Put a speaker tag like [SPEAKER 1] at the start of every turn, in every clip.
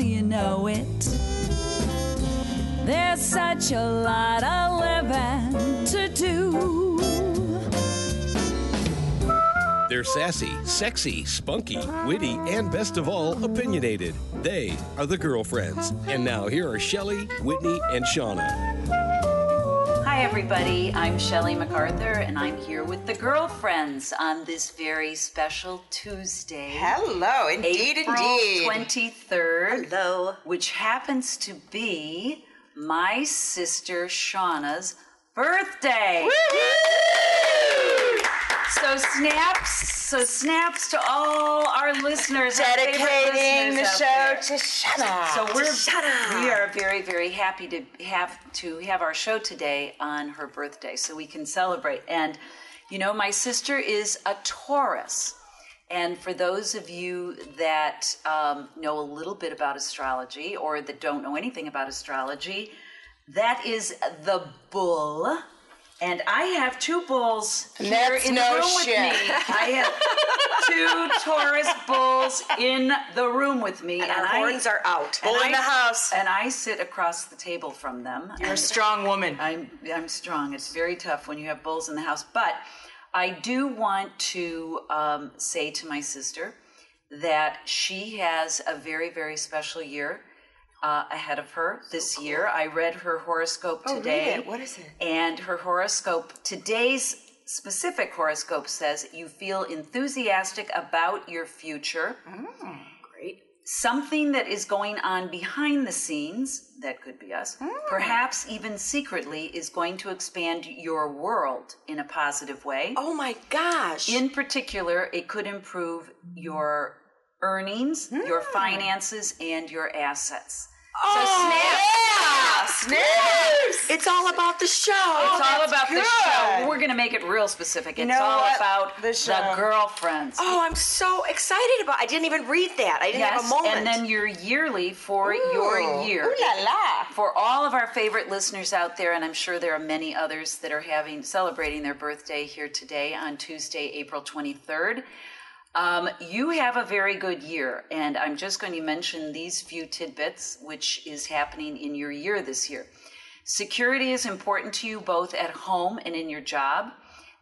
[SPEAKER 1] you know it. There's such a lot of living to do.
[SPEAKER 2] They're sassy, sexy, spunky, witty, and best of all, opinionated. They are the girlfriends. And now here are Shelly, Whitney, and Shauna.
[SPEAKER 3] Hi, everybody. I'm Shelley MacArthur, and I'm here with the girlfriends on this very special Tuesday.
[SPEAKER 4] Hello, indeed,
[SPEAKER 3] April
[SPEAKER 4] indeed.
[SPEAKER 3] 23rd.
[SPEAKER 4] Hello.
[SPEAKER 3] Which happens to be my sister Shauna's birthday. So snaps, so snaps to all our listeners. our favorite
[SPEAKER 4] Dedicating the
[SPEAKER 3] listeners out
[SPEAKER 4] show
[SPEAKER 3] there.
[SPEAKER 4] to Shana.
[SPEAKER 3] So we're
[SPEAKER 4] Shana.
[SPEAKER 3] we are very very happy to have to have our show today on her birthday, so we can celebrate. And you know, my sister is a Taurus, and for those of you that um, know a little bit about astrology or that don't know anything about astrology, that is the bull. And I have two bulls here
[SPEAKER 4] That's
[SPEAKER 3] in the
[SPEAKER 4] no
[SPEAKER 3] room
[SPEAKER 4] shit.
[SPEAKER 3] with me. I have two Taurus bulls in the room with me, and,
[SPEAKER 5] Our
[SPEAKER 3] I-
[SPEAKER 5] horns are out.
[SPEAKER 4] Bull in
[SPEAKER 3] I-
[SPEAKER 4] the house.
[SPEAKER 3] and I sit across the table from them.
[SPEAKER 4] You're a
[SPEAKER 3] And
[SPEAKER 4] strong woman.
[SPEAKER 3] I'm I'm strong. It's very tough when you have bulls in the house, but I do want to um, say to my sister that she has a very very special year uh, ahead of her
[SPEAKER 4] Oh,
[SPEAKER 3] this year. I read her horoscope
[SPEAKER 4] read
[SPEAKER 3] today.
[SPEAKER 4] it. Oh, What is it?
[SPEAKER 3] And her horoscope today's specific horoscope says you feel enthusiastic about your future
[SPEAKER 4] Oh,
[SPEAKER 3] something that is going on behind the scenes, that could be us,
[SPEAKER 4] Hmm.
[SPEAKER 3] perhaps even secretly, is going to expand your world in a positive way.
[SPEAKER 5] Oh my gosh.
[SPEAKER 3] In particular, it could improve your earnings, your
[SPEAKER 4] Hmm.
[SPEAKER 3] finances, and your assets.
[SPEAKER 5] oh,
[SPEAKER 3] so
[SPEAKER 5] snap. It's all about the show.
[SPEAKER 3] It's all about the show.
[SPEAKER 4] good.
[SPEAKER 3] We're going to make it real specific. It's
[SPEAKER 4] know
[SPEAKER 3] all
[SPEAKER 4] what?
[SPEAKER 3] about
[SPEAKER 4] The
[SPEAKER 3] the,
[SPEAKER 4] show.
[SPEAKER 3] girlfriends.
[SPEAKER 5] Oh, I'm so excited about I didn't even read that. I didn't have a moment.
[SPEAKER 3] and then your yearly for
[SPEAKER 4] Ooh.
[SPEAKER 3] your year.
[SPEAKER 4] Ooh la la.
[SPEAKER 3] for all of our favorite listeners out there, and I'm sure there are many others that are having celebrating their birthday here today on Tuesday, April 23rd. Um, you have a very good year, and I'm just going to mention these few tidbits, which is happening in your year this year. Security is important to you both at home and in your job.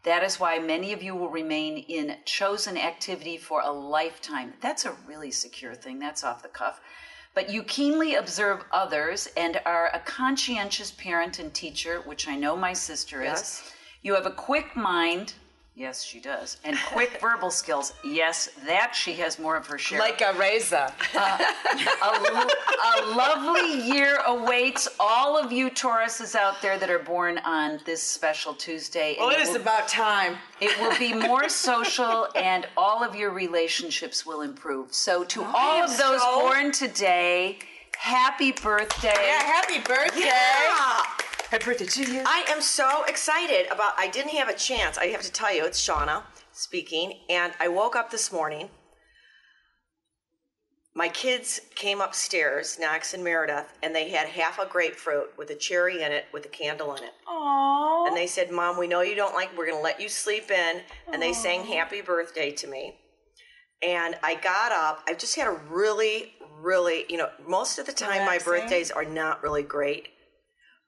[SPEAKER 3] That is why many of you will remain in chosen activity for a lifetime. That's a really secure thing. That's off the cuff. But you keenly observe others and are a conscientious parent and teacher, which I know my sister is.
[SPEAKER 5] Yes.
[SPEAKER 3] You have a quick mind. Yes, she does. And quick verbal skills. Yes, that she has more of her share.
[SPEAKER 4] Like a razor.
[SPEAKER 3] a lovely year awaits all of you Tauruses out there that are born on this special Tuesday. and
[SPEAKER 4] Well, it
[SPEAKER 3] it
[SPEAKER 4] is
[SPEAKER 3] will-
[SPEAKER 4] about time.
[SPEAKER 3] it will be more social and all of your relationships will improve. So, to
[SPEAKER 4] Oh,
[SPEAKER 3] all of those
[SPEAKER 5] so-
[SPEAKER 3] born today, happy birthday.
[SPEAKER 4] Yeah, happy birthday.
[SPEAKER 5] Yeah.
[SPEAKER 4] Happy birthday to you.
[SPEAKER 5] I am so excited about I didn't have a chance. I have to tell you, it's Shauna speaking, and I woke up this morning. My kids came upstairs, Knox and Meredith, and they had half a grapefruit with a cherry in it with a candle in it.
[SPEAKER 4] Aww.
[SPEAKER 5] And they said, Mom, we know you don't like, we're going to let you sleep in. And they sang happy birthday to me. And I got up. I just had a really, really, you know, most of the time
[SPEAKER 4] Relaxing.
[SPEAKER 5] my birthdays are not really great,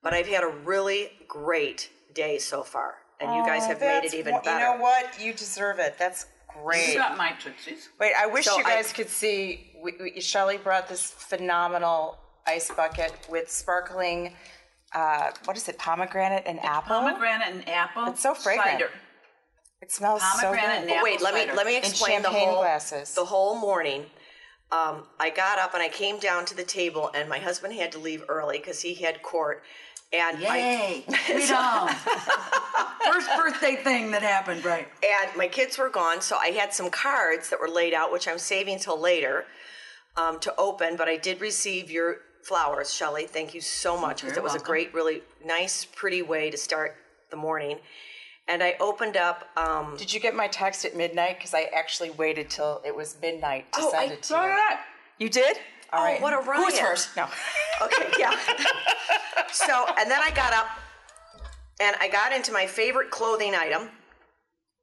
[SPEAKER 5] but I've had a really great day so far. And you guys have made it even better.
[SPEAKER 4] You know what? You deserve it. That's great.
[SPEAKER 3] my tootsies.
[SPEAKER 4] Wait, I wish
[SPEAKER 5] So
[SPEAKER 4] you
[SPEAKER 5] I-
[SPEAKER 4] guys could see. We, we, Shelly brought this phenomenal ice bucket with sparkling, uh, what is it, pomegranate and apple?
[SPEAKER 3] Pomegranate and apple.
[SPEAKER 4] It's so fragrant.
[SPEAKER 3] Cider.
[SPEAKER 4] It smells so
[SPEAKER 3] Pomegranate
[SPEAKER 4] good.
[SPEAKER 3] and apple
[SPEAKER 5] Wait, let me
[SPEAKER 3] cider.
[SPEAKER 5] let me
[SPEAKER 4] In
[SPEAKER 5] explain the
[SPEAKER 4] champagne
[SPEAKER 5] whole
[SPEAKER 4] glasses.
[SPEAKER 5] the whole morning. Um, I got up and I came down to the table, and my husband had to leave early because he had court. And I,
[SPEAKER 3] Yay. Freedom. First birthday thing that happened, right?
[SPEAKER 5] and my kids were gone, so I had some cards that were laid out, which I'm saving till later um, to open. But I did receive your flowers, Shelley. Thank you so much because it was a great, really nice, pretty way to start the morning. And I opened up. Um,
[SPEAKER 4] Did you get my text at midnight? Because I actually waited till it was midnight to
[SPEAKER 5] Oh,
[SPEAKER 4] send
[SPEAKER 5] I
[SPEAKER 4] it to you. You did?
[SPEAKER 5] Oh,
[SPEAKER 4] All right.
[SPEAKER 5] what a riot.
[SPEAKER 4] Who's first? No.
[SPEAKER 5] Okay, yeah. so, and then I got up and I got into my favorite clothing item,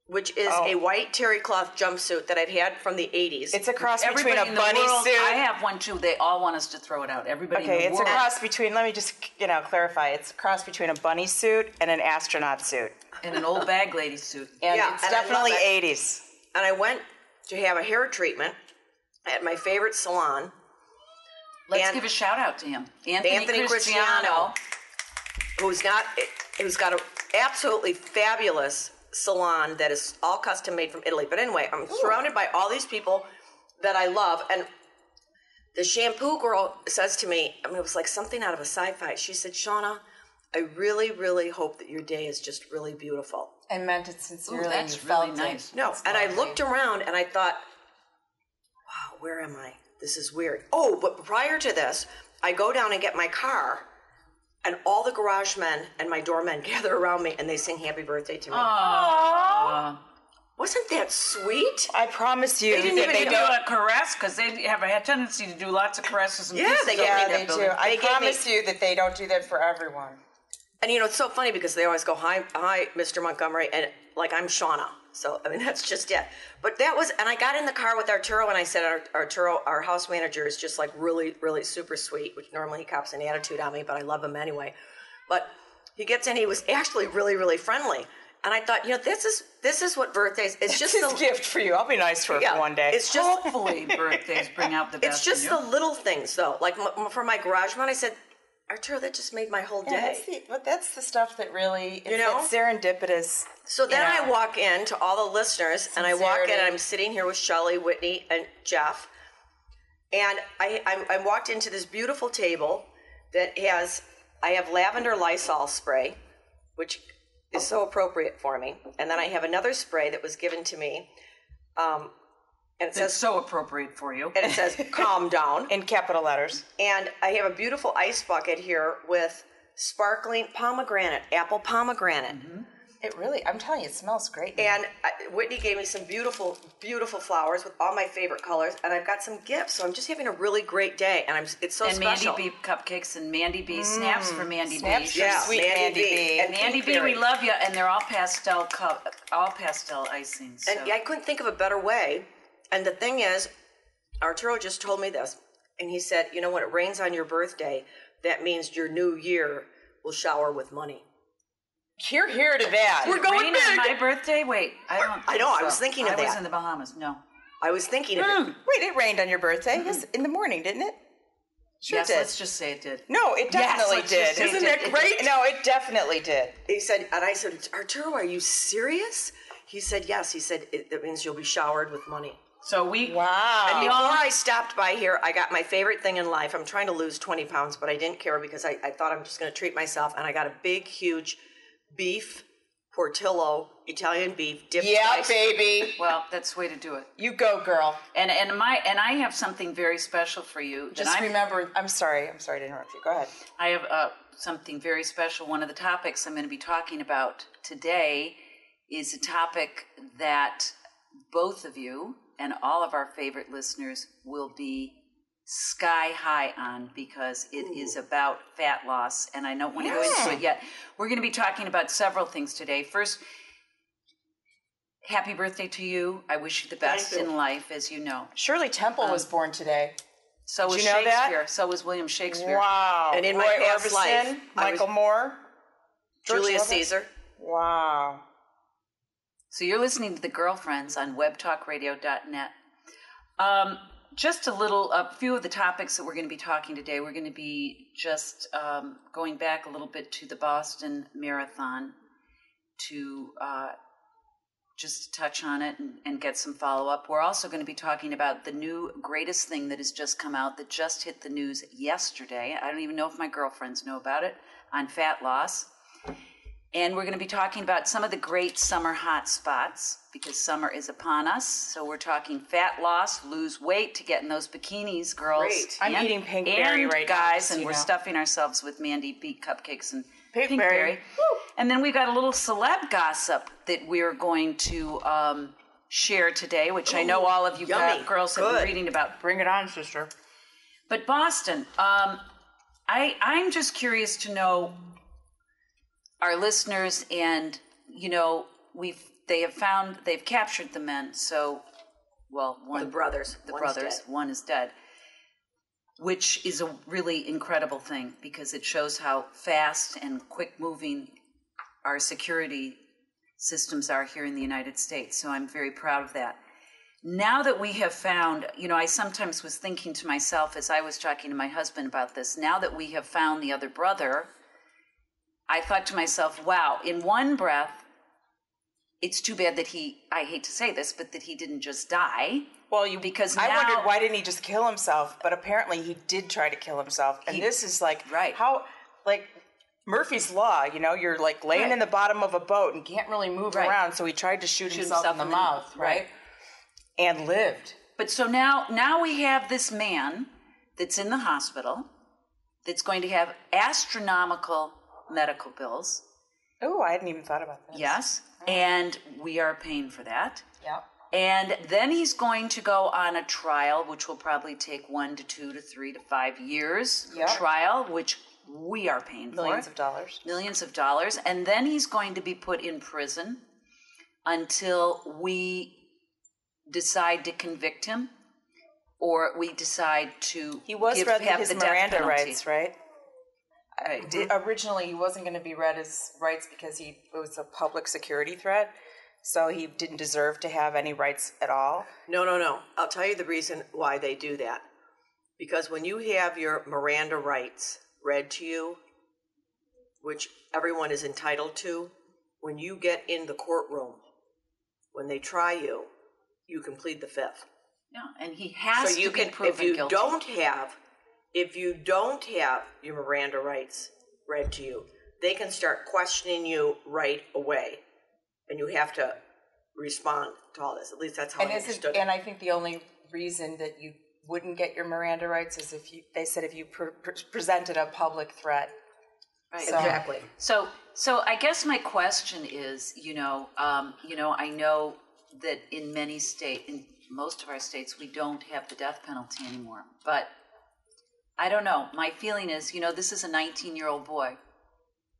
[SPEAKER 5] which is
[SPEAKER 4] Oh.
[SPEAKER 5] a white terry cloth jumpsuit that I've had from the 80s.
[SPEAKER 4] It's a cross between
[SPEAKER 3] Everybody
[SPEAKER 4] a
[SPEAKER 3] in the
[SPEAKER 4] bunny
[SPEAKER 3] world, I
[SPEAKER 4] suit.
[SPEAKER 3] have one too. They all want us to throw it out. Everybody
[SPEAKER 4] Okay,
[SPEAKER 3] in the
[SPEAKER 4] it's a
[SPEAKER 3] world.
[SPEAKER 4] cross between. Let me just you know clarify. It's a cross between a bunny suit and an astronaut suit,
[SPEAKER 3] in an old bag lady suit.
[SPEAKER 4] and
[SPEAKER 5] Yeah,
[SPEAKER 4] it's
[SPEAKER 5] and I love
[SPEAKER 4] definitely
[SPEAKER 5] it.
[SPEAKER 4] '80s.
[SPEAKER 5] and I went to have a hair treatment at my favorite salon.
[SPEAKER 3] Let's
[SPEAKER 5] An-
[SPEAKER 3] give a shout out to him, Anthony,
[SPEAKER 5] Anthony
[SPEAKER 3] Cristiano.
[SPEAKER 5] Cristiano. who's not who's got an absolutely fabulous salon that is all custom made from Italy. But anyway, I'm surrounded by all these people that I love and the shampoo girl says to me, I mean, it was like something out of a sci-fi. She said, "Shauna, I really, really hope that your day is just really beautiful."
[SPEAKER 4] I meant it sincerely.
[SPEAKER 3] Ooh, that's really nice.
[SPEAKER 5] No, and I looked around and I thought, wow, where am I? This is weird. Oh, but prior to this, I go down and get my car, and all the garage men and my doormen gather around me and they sing happy birthday to me. Wasn't that sweet?
[SPEAKER 4] I promise you,
[SPEAKER 5] They didn't
[SPEAKER 4] that
[SPEAKER 5] even
[SPEAKER 4] they
[SPEAKER 5] do
[SPEAKER 3] They
[SPEAKER 5] it.
[SPEAKER 4] don't-
[SPEAKER 3] do a caress because they have a tendency to do lots of caresses. And
[SPEAKER 5] Yeah,
[SPEAKER 3] kisses
[SPEAKER 5] they
[SPEAKER 3] over
[SPEAKER 5] gave me
[SPEAKER 4] Yeah,
[SPEAKER 3] that
[SPEAKER 4] they
[SPEAKER 3] building.
[SPEAKER 4] do. I
[SPEAKER 5] They gave me-
[SPEAKER 4] promise you that they don't do that for everyone.
[SPEAKER 5] And you know, it's so funny because they always go, "Hi, hi, Mr. Montgomery," and like I'm Shauna. So I mean, that's just it. But that was, and I got in the car with Arturo, and I said, "Ar- "Arturo, our house manager is just like really, really super sweet, which normally he cops an attitude on me, but I love him anyway." But he gets in, he was actually really, really friendly, and I thought, you know, this is this is what birthdays. It's just
[SPEAKER 4] This is
[SPEAKER 5] the-
[SPEAKER 4] a gift for you. I'll be nice to her
[SPEAKER 5] yeah,
[SPEAKER 4] for one day.
[SPEAKER 5] It's just
[SPEAKER 3] Hopefully, birthdays bring out the best.
[SPEAKER 5] it's
[SPEAKER 3] in
[SPEAKER 5] just
[SPEAKER 3] you.
[SPEAKER 5] the little things though. Like m- m- for my garage man, I said, "Arturo, that just made my whole
[SPEAKER 4] Yeah,
[SPEAKER 5] day."
[SPEAKER 4] that's the, but that's the stuff that really it's
[SPEAKER 5] You know?
[SPEAKER 4] that serendipitous.
[SPEAKER 5] So then
[SPEAKER 4] Yeah.
[SPEAKER 5] I walk in to all the listeners, and I walk in,
[SPEAKER 4] Sincerity.
[SPEAKER 5] and I'm sitting here with Shelly, Whitney, and Jeff. And I, I, I walked into this beautiful table that has, I have lavender Lysol spray, which is so appropriate for me. And then I have another spray that was given to me. Um, and it
[SPEAKER 3] That's
[SPEAKER 5] says,
[SPEAKER 3] so appropriate for you.
[SPEAKER 5] and it says, calm down.
[SPEAKER 4] In capital letters.
[SPEAKER 5] And I have a beautiful ice bucket here with sparkling pomegranate, apple pomegranate.
[SPEAKER 4] It really, I'm telling you, it smells great.
[SPEAKER 5] And I, Whitney gave me some beautiful, beautiful flowers with all my favorite colors, and I've got some gifts. So I'm just having a really great day, and I'm it's so
[SPEAKER 3] and
[SPEAKER 5] special. Mm,
[SPEAKER 3] Mandy B cupcakes and Mandy B snaps for Mandy
[SPEAKER 4] Snaps
[SPEAKER 3] B.
[SPEAKER 4] for
[SPEAKER 5] yeah,
[SPEAKER 4] Sweet Mandy B.
[SPEAKER 5] Mandy, B. and
[SPEAKER 3] Mandy B,
[SPEAKER 5] Kingsbury.
[SPEAKER 3] we love you, and they're all pastel cup, all pastel icings. So.
[SPEAKER 5] And I couldn't think of a better way. And the thing is, Arturo just told me this, and he said, you know, when it rains on your birthday, that means your new year will shower with money.
[SPEAKER 4] You're here to that.
[SPEAKER 5] We're going
[SPEAKER 3] Rain on
[SPEAKER 5] big.
[SPEAKER 3] my birthday? Wait, I don't.
[SPEAKER 5] I
[SPEAKER 3] think
[SPEAKER 5] know, I
[SPEAKER 3] so.
[SPEAKER 5] was thinking of
[SPEAKER 3] I was
[SPEAKER 5] that.
[SPEAKER 3] in the Bahamas. No.
[SPEAKER 5] I was thinking of it.
[SPEAKER 3] Hmm.
[SPEAKER 4] Wait, it rained on your birthday? Yes, in the morning, didn't it? Sure
[SPEAKER 3] yes,
[SPEAKER 4] did.
[SPEAKER 3] let's just say it did.
[SPEAKER 4] no, it definitely
[SPEAKER 3] let's just
[SPEAKER 4] did.
[SPEAKER 3] say it did. It did.
[SPEAKER 4] No, it definitely did.
[SPEAKER 5] He said, and I said, Arturo, are you serious? He said, yes. He said, it, that means you'll be showered with money.
[SPEAKER 3] So we.
[SPEAKER 4] Wow.
[SPEAKER 5] Before I stopped by here, I got my favorite thing in life. I'm trying to lose 20 pounds, but I didn't care because I, I thought I'm just going to treat myself. And I got a big, huge beef portillo, Italian beef dipped
[SPEAKER 4] Yeah,
[SPEAKER 5] twice.
[SPEAKER 4] baby.
[SPEAKER 3] Well, that's the way to do it.
[SPEAKER 4] You go, girl.
[SPEAKER 3] And and my and I have something very special for you. and
[SPEAKER 4] Just
[SPEAKER 3] I'm-
[SPEAKER 4] remember, I'm sorry, I'm sorry to interrupt you. Go ahead.
[SPEAKER 3] I have uh, something very special. One of the topics I'm going to be talking about today is a topic that both of you and all of our favorite listeners will be sky high on because it is about fat loss, and I don't want to go into it yet. We're going to be talking about several things today. First, happy birthday to you. I wish you the best
[SPEAKER 5] you.
[SPEAKER 3] in life, as you know.
[SPEAKER 4] Shirley Temple was born today.
[SPEAKER 3] So was
[SPEAKER 4] you know that?
[SPEAKER 3] Shakespeare. So was William Shakespeare.
[SPEAKER 4] Wow.
[SPEAKER 5] And in my
[SPEAKER 4] Roy
[SPEAKER 5] past
[SPEAKER 4] Orbison,
[SPEAKER 5] life, I
[SPEAKER 4] Michael
[SPEAKER 5] was-
[SPEAKER 4] Moore. George
[SPEAKER 5] Julius
[SPEAKER 4] Lopez.
[SPEAKER 5] Caesar.
[SPEAKER 4] Wow.
[SPEAKER 3] So you're listening to the girlfriends on webtalkradio.net. Um, just a little, a few of the topics that we're going to be talking today. We're going to be just um, going back a little bit to the Boston Marathon to uh, just touch on it and, and get some follow up. We're also going to be talking about the new greatest thing that has just come out that just hit the news yesterday. I don't even know if my girlfriends know about it on fat loss. And we're going to be talking about some of the great summer hot spots because summer is upon us. So we're talking fat loss, lose weight to get in those bikinis, girls.
[SPEAKER 5] Great.
[SPEAKER 4] I'm
[SPEAKER 3] and-
[SPEAKER 4] eating Pinkberry
[SPEAKER 3] and
[SPEAKER 4] right now,
[SPEAKER 3] guys,
[SPEAKER 4] just so
[SPEAKER 3] and
[SPEAKER 4] you
[SPEAKER 3] we're
[SPEAKER 4] know.
[SPEAKER 3] stuffing ourselves with Mandy Beat cupcakes and
[SPEAKER 4] Pinkberry.
[SPEAKER 3] And then we've got a little celeb gossip that we're going to um, share today, which I know all of you
[SPEAKER 5] yummy.
[SPEAKER 3] gu- girls have been
[SPEAKER 5] Good.
[SPEAKER 3] reading about.
[SPEAKER 4] Bring it on, sister.
[SPEAKER 3] But Boston, um, I I'm just curious to know our listeners, and you know we've they have found they've captured the men. So, well, one
[SPEAKER 5] The brothers.
[SPEAKER 3] the
[SPEAKER 5] One's
[SPEAKER 3] brothers,
[SPEAKER 5] dead.
[SPEAKER 3] one is dead, which is a really incredible thing because it shows how fast and quick moving our security systems are here in the United States. So I'm very proud of that. Now that we have found, you know, I sometimes was thinking to myself as I was talking to my husband about this, now that we have found the other brother, I thought to myself, wow, in one breath, it's too bad that he, I hate to say this, but that he didn't just die.
[SPEAKER 4] Well, you
[SPEAKER 3] Because
[SPEAKER 4] I
[SPEAKER 3] now-
[SPEAKER 4] wondered why didn't he just kill himself, but apparently he did try to kill himself. And
[SPEAKER 3] He-
[SPEAKER 4] this is like
[SPEAKER 3] Right.
[SPEAKER 4] how like Murphy's law, you know, you're like laying
[SPEAKER 3] Right.
[SPEAKER 4] in the bottom of a boat and can't really move
[SPEAKER 3] Right.
[SPEAKER 4] around, so he tried to shoot, himself, in the, mouth, right? And lived.
[SPEAKER 3] But so now, now we have this man that's in the hospital that's going to have astronomical medical bills.
[SPEAKER 4] Oh, I hadn't even thought about that.
[SPEAKER 3] Yes. And we are paying for that.
[SPEAKER 4] Yeah.
[SPEAKER 3] And then he's going to go on a trial, which will probably take one to two to three to five years.
[SPEAKER 4] Yep.
[SPEAKER 3] Trial, which we are paying
[SPEAKER 4] Millions
[SPEAKER 3] for.
[SPEAKER 4] of dollars.
[SPEAKER 3] millions of dollars. And then he's going to be put in prison until we decide to convict him or we decide to
[SPEAKER 4] He was
[SPEAKER 3] give,
[SPEAKER 4] read
[SPEAKER 3] have
[SPEAKER 4] his
[SPEAKER 3] the death
[SPEAKER 4] Miranda
[SPEAKER 3] penalty.
[SPEAKER 4] rights, right? Uh, di- originally, he wasn't going to be read his rights because he was a public security threat, so he didn't deserve to have any rights at all.
[SPEAKER 5] No, no, no. I'll tell you the reason why they do that. Because when you have your Miranda rights read to you, which everyone is entitled to, when you get in the courtroom, when they try you, you can plead the fifth.
[SPEAKER 3] Yeah, and he has
[SPEAKER 5] so you
[SPEAKER 3] to be
[SPEAKER 5] can
[SPEAKER 3] proven
[SPEAKER 5] if you
[SPEAKER 3] guilty.
[SPEAKER 5] don't have if you don't have your Miranda rights read to you, they can start questioning you right away. And you have to respond to all this. At least that's how
[SPEAKER 4] And
[SPEAKER 5] I
[SPEAKER 4] is Oh, it,
[SPEAKER 5] understood it.
[SPEAKER 4] and I think the only reason that you wouldn't get your Miranda rights is if you they said if you pre- pre- presented a public threat.
[SPEAKER 3] Right.
[SPEAKER 4] So-
[SPEAKER 5] exactly.
[SPEAKER 3] So, so I guess my question is, you know, um, you know, I know that in many state, in most of our states, we don't have the death penalty anymore. But I don't know. My feeling is, you know, this is a 19-year-old boy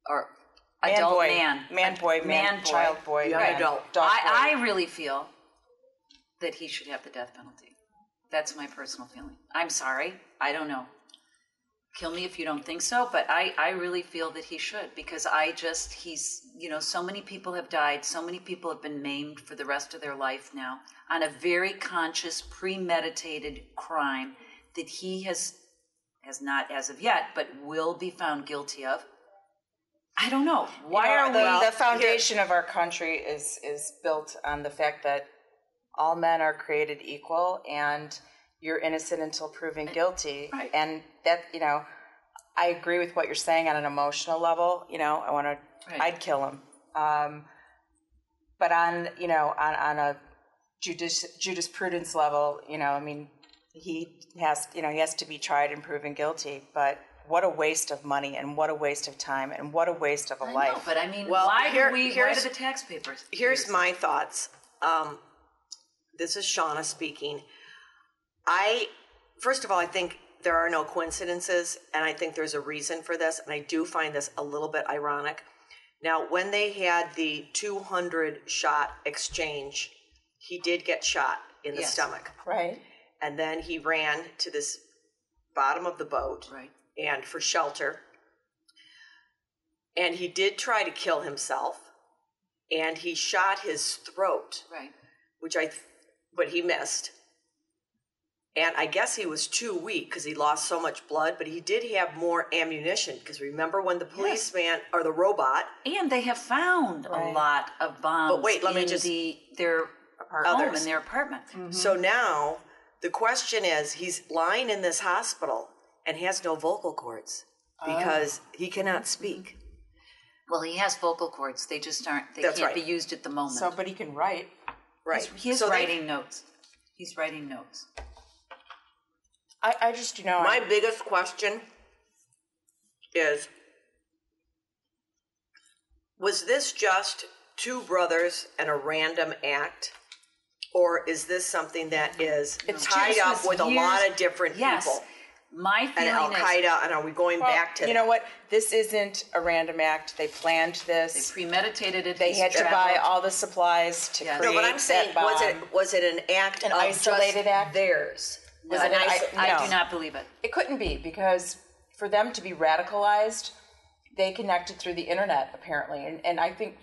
[SPEAKER 3] or
[SPEAKER 4] Man,
[SPEAKER 3] adult
[SPEAKER 4] boy.
[SPEAKER 3] man,
[SPEAKER 4] Man, boy, man,
[SPEAKER 3] boy.
[SPEAKER 4] child, boy,
[SPEAKER 5] Young
[SPEAKER 4] man,
[SPEAKER 5] adult.
[SPEAKER 4] dog
[SPEAKER 3] I,
[SPEAKER 4] boy.
[SPEAKER 3] I really feel that he should have the death penalty. That's my personal feeling. I'm sorry. I don't know. Kill me if you don't think so, but I, I really feel that he should because I just, he's, you know, so many people have died. So many people have been maimed for the rest of their life now on a very conscious, premeditated crime that he has, has not as of yet, but will be found guilty of. I don't know. Why
[SPEAKER 4] You know,
[SPEAKER 3] are we.
[SPEAKER 4] the, the foundation of our country is is built on the fact that all men are created equal and you're innocent until proven guilty
[SPEAKER 3] Right.
[SPEAKER 4] and that you know i agree with what you're saying on an emotional level you know i want
[SPEAKER 3] Right.
[SPEAKER 4] to i'd kill him um, but on you know on, on a judici- jurisprudence level you know i mean he has you know he has to be tried and proven guilty but what a waste of money and what a waste of time and what a waste of a
[SPEAKER 3] I
[SPEAKER 4] life
[SPEAKER 3] know, but I mean,
[SPEAKER 5] Well,
[SPEAKER 3] why
[SPEAKER 5] here-
[SPEAKER 3] do we? Why do
[SPEAKER 5] here's-
[SPEAKER 3] the tax papers?
[SPEAKER 5] here's my thoughts. Um, this is Shauna speaking. I first of all, I think there are no coincidences, and I think there's a reason for this, and I do find this a little bit ironic. Now, when they had the 200 shot exchange, he did get shot in the
[SPEAKER 3] Yes.
[SPEAKER 5] stomach,
[SPEAKER 4] right
[SPEAKER 5] and then he ran to this bottom of the boat
[SPEAKER 3] right.
[SPEAKER 5] and for shelter. And he did try to kill himself, and he shot his throat,
[SPEAKER 3] Right.
[SPEAKER 5] which I, th- but he missed. And I guess he was too weak because he lost so much blood, but he did have more ammunition because remember when the policeman or the robot,
[SPEAKER 3] And they have found a
[SPEAKER 4] Right.
[SPEAKER 3] lot of bombs.
[SPEAKER 5] But wait, let me
[SPEAKER 3] in
[SPEAKER 5] just-
[SPEAKER 3] the, their home
[SPEAKER 5] Others. Mm-hmm.
[SPEAKER 3] in their apartment.
[SPEAKER 5] So now the question is he's lying in this hospital and has no vocal cords because he cannot speak.
[SPEAKER 3] Well, he has vocal cords. They just aren't. They
[SPEAKER 5] That's
[SPEAKER 3] can't
[SPEAKER 5] right.
[SPEAKER 3] be used at the moment.
[SPEAKER 4] somebody can write
[SPEAKER 5] Right.
[SPEAKER 3] he's, he's
[SPEAKER 5] So they-
[SPEAKER 3] writing notes. He's writing notes.
[SPEAKER 4] I, I just, you know,
[SPEAKER 5] My
[SPEAKER 4] I,
[SPEAKER 5] biggest question is Was this just two brothers and a random act? Or is this something that is
[SPEAKER 4] It's
[SPEAKER 5] tied
[SPEAKER 4] just
[SPEAKER 5] up
[SPEAKER 4] this
[SPEAKER 5] with a
[SPEAKER 4] years-
[SPEAKER 5] lot of different
[SPEAKER 3] Yes.
[SPEAKER 5] people?
[SPEAKER 3] My
[SPEAKER 5] and
[SPEAKER 3] feeling
[SPEAKER 5] Al
[SPEAKER 3] is
[SPEAKER 5] Qaeda, and are we going
[SPEAKER 4] Well,
[SPEAKER 5] back to
[SPEAKER 4] you
[SPEAKER 5] that?
[SPEAKER 4] know what? This isn't a random act. They planned this.
[SPEAKER 3] premeditated it.
[SPEAKER 4] They
[SPEAKER 3] he's
[SPEAKER 4] had to
[SPEAKER 3] traveled.
[SPEAKER 4] buy all the supplies to
[SPEAKER 3] Yes.
[SPEAKER 4] create
[SPEAKER 5] No, but I'm
[SPEAKER 4] that
[SPEAKER 5] saying,
[SPEAKER 4] bomb.
[SPEAKER 5] was it was it an act
[SPEAKER 4] An
[SPEAKER 5] of
[SPEAKER 4] isolated
[SPEAKER 5] just
[SPEAKER 4] act?
[SPEAKER 5] theirs?
[SPEAKER 3] No,
[SPEAKER 5] was it an
[SPEAKER 4] I-
[SPEAKER 5] iso-
[SPEAKER 3] I,
[SPEAKER 4] no.
[SPEAKER 3] do not believe it.
[SPEAKER 4] It couldn't be because for them to be radicalized, they connected through the internet apparently, and, and I think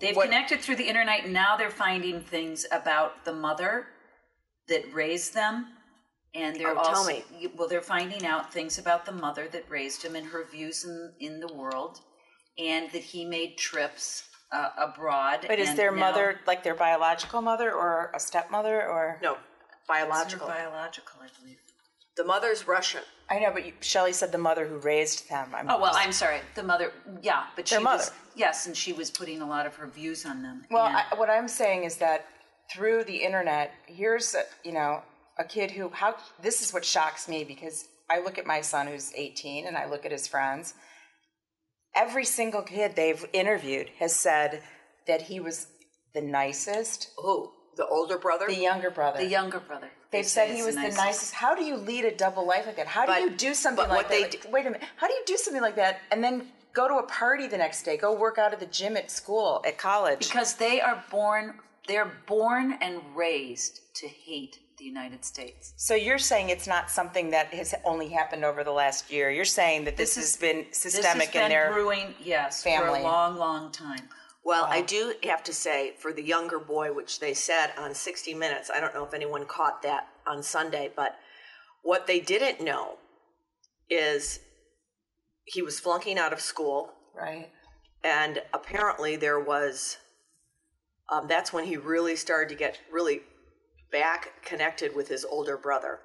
[SPEAKER 3] They've connected through the internet. and Now they're finding things about the mother that raised them, and they're
[SPEAKER 5] Oh, tell
[SPEAKER 3] also
[SPEAKER 5] me.
[SPEAKER 3] well, they're finding out things about the mother that raised him and her views in in the world, and that he made trips uh, abroad.
[SPEAKER 4] But is
[SPEAKER 3] and
[SPEAKER 4] their
[SPEAKER 3] now-
[SPEAKER 4] mother like their biological mother or a stepmother or?
[SPEAKER 5] no,
[SPEAKER 3] It's her
[SPEAKER 5] biological.
[SPEAKER 3] biological, I believe.
[SPEAKER 5] the mother's Russian.
[SPEAKER 4] I know, but you, Shelley said the mother who raised them. I'm
[SPEAKER 3] Oh well, I'm sorry. The mother, yeah, but
[SPEAKER 4] Their
[SPEAKER 3] she was
[SPEAKER 4] mother.
[SPEAKER 3] yes, and she was putting a lot of her views on them.
[SPEAKER 4] Well,
[SPEAKER 3] and-
[SPEAKER 4] I, what I'm saying is that through the internet, here's a, you know a kid who how this is what shocks me because I look at my son who's 18 and I look at his friends. Every single kid they've interviewed has said that he was the nicest.
[SPEAKER 5] Who? The older brother.
[SPEAKER 4] The younger brother.
[SPEAKER 3] the younger brother.
[SPEAKER 4] They've
[SPEAKER 3] they
[SPEAKER 4] said
[SPEAKER 3] say
[SPEAKER 4] he
[SPEAKER 3] is
[SPEAKER 4] was the nicest. How do you lead a double life like that? How
[SPEAKER 5] But-
[SPEAKER 4] do you do something
[SPEAKER 5] but
[SPEAKER 4] like
[SPEAKER 5] what
[SPEAKER 4] that?
[SPEAKER 5] they
[SPEAKER 4] Like,
[SPEAKER 5] d-
[SPEAKER 4] wait a minute. How do you do something like that and then go to a party the next day? Go work out at the gym at school, at college.
[SPEAKER 3] because they are born. They're born and raised to hate the United States.
[SPEAKER 4] so you're saying it's not something that has only happened over the last year. You're saying that this,
[SPEAKER 3] This is-
[SPEAKER 4] has been
[SPEAKER 3] This
[SPEAKER 4] systemic
[SPEAKER 3] has been
[SPEAKER 4] in their
[SPEAKER 3] brewing, yes, for
[SPEAKER 4] family.
[SPEAKER 3] a long, long time.
[SPEAKER 5] Well, I do have to say, for the younger boy, which they said on 60 Minutes, I don't know if anyone caught that on Sunday, but what they didn't know is he was flunking out of school,
[SPEAKER 4] right.
[SPEAKER 5] and apparently there was. Um, that's when he really started to get really back connected with his older brother.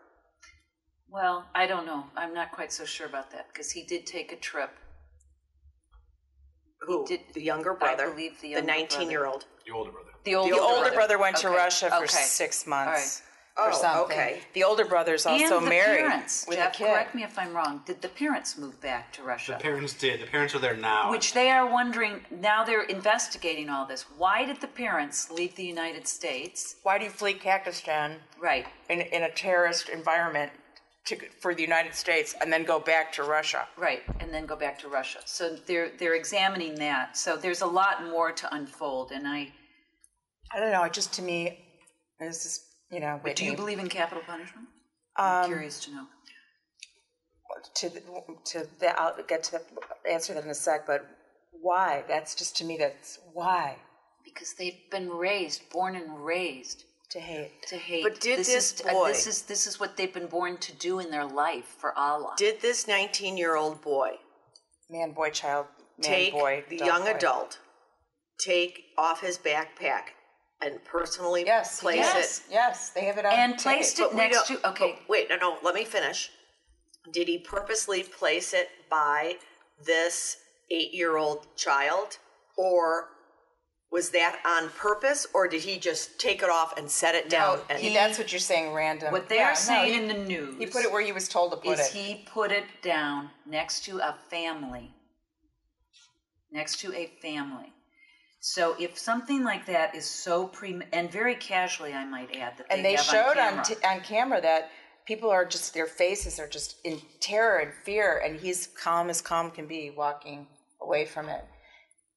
[SPEAKER 3] Well, I don't know. I'm not quite so sure about that because he did take a trip.
[SPEAKER 5] Who?
[SPEAKER 3] did-
[SPEAKER 5] the younger brother.
[SPEAKER 3] believe the younger
[SPEAKER 5] the 19 year old.
[SPEAKER 3] The older,
[SPEAKER 4] The older brother, went to
[SPEAKER 3] Okay,
[SPEAKER 4] Russia for
[SPEAKER 3] okay.
[SPEAKER 4] six
[SPEAKER 3] All
[SPEAKER 4] months.
[SPEAKER 3] right.
[SPEAKER 4] Or
[SPEAKER 5] Oh,
[SPEAKER 4] something.
[SPEAKER 5] okay.
[SPEAKER 4] The older brother's also
[SPEAKER 3] and the
[SPEAKER 4] married
[SPEAKER 3] parents.
[SPEAKER 4] with
[SPEAKER 3] Jeff,
[SPEAKER 4] a kid.
[SPEAKER 3] correct me if I'm wrong. Did the parents move back to Russia?
[SPEAKER 6] The parents did. The parents are there now.
[SPEAKER 3] Which they are wondering now. They're investigating all this. Why did the parents leave the United States?
[SPEAKER 4] Why do you flee Kakistan?
[SPEAKER 3] Right.
[SPEAKER 4] in, in a terrorist environment to, for the United States and then go back to Russia.
[SPEAKER 3] Right, and then go back to Russia. So they're they're examining that. So there's a lot more to unfold. And I
[SPEAKER 4] I don't know. It just to me, this is you know.
[SPEAKER 3] but do you
[SPEAKER 4] Whitney,
[SPEAKER 3] believe in capital punishment?
[SPEAKER 4] Um,
[SPEAKER 3] I'm curious to know.
[SPEAKER 4] to the, to the, I'll get to the, answer that in a sec, but why? That's just to me. That's why
[SPEAKER 3] Because they've been raised, born and raised
[SPEAKER 4] to hate.
[SPEAKER 3] to hate.
[SPEAKER 5] But did
[SPEAKER 3] is,
[SPEAKER 5] this
[SPEAKER 3] uh,
[SPEAKER 5] boy-
[SPEAKER 3] this is this is what they've been born to do in their life for Allah.
[SPEAKER 5] Did this 19 year old boy
[SPEAKER 4] Man, boy, child, man,
[SPEAKER 5] take
[SPEAKER 4] boy,
[SPEAKER 5] the
[SPEAKER 4] adult,
[SPEAKER 5] young
[SPEAKER 4] boy.
[SPEAKER 5] adult, take off his backpack, and personally
[SPEAKER 4] Yes,
[SPEAKER 5] place
[SPEAKER 4] yes,
[SPEAKER 5] it.
[SPEAKER 4] yes. They have it on
[SPEAKER 3] and
[SPEAKER 4] tape.
[SPEAKER 3] placed
[SPEAKER 5] But
[SPEAKER 3] it
[SPEAKER 5] we
[SPEAKER 3] next
[SPEAKER 5] don't-
[SPEAKER 3] to okay.
[SPEAKER 5] but wait, no, no. Let me finish. Did he purposely place it by this eight-year-old child, or was that on purpose, or did he just take it off and set it down?
[SPEAKER 4] Oh,
[SPEAKER 5] and
[SPEAKER 4] he- that's what you're saying, random.
[SPEAKER 3] what they
[SPEAKER 4] Yeah,
[SPEAKER 3] are
[SPEAKER 4] no,
[SPEAKER 3] saying
[SPEAKER 4] he-
[SPEAKER 3] in the news
[SPEAKER 4] He put it where he was told to put
[SPEAKER 3] is
[SPEAKER 4] it.
[SPEAKER 3] he put it down next to a family. Next to a family. So if something like that is so pre and very casually, I might add that
[SPEAKER 4] and they
[SPEAKER 3] have
[SPEAKER 4] showed
[SPEAKER 3] on,
[SPEAKER 4] on
[SPEAKER 3] camera.
[SPEAKER 4] t- on camera that people are just their faces are just in terror and fear and he's calm as calm can be walking away from it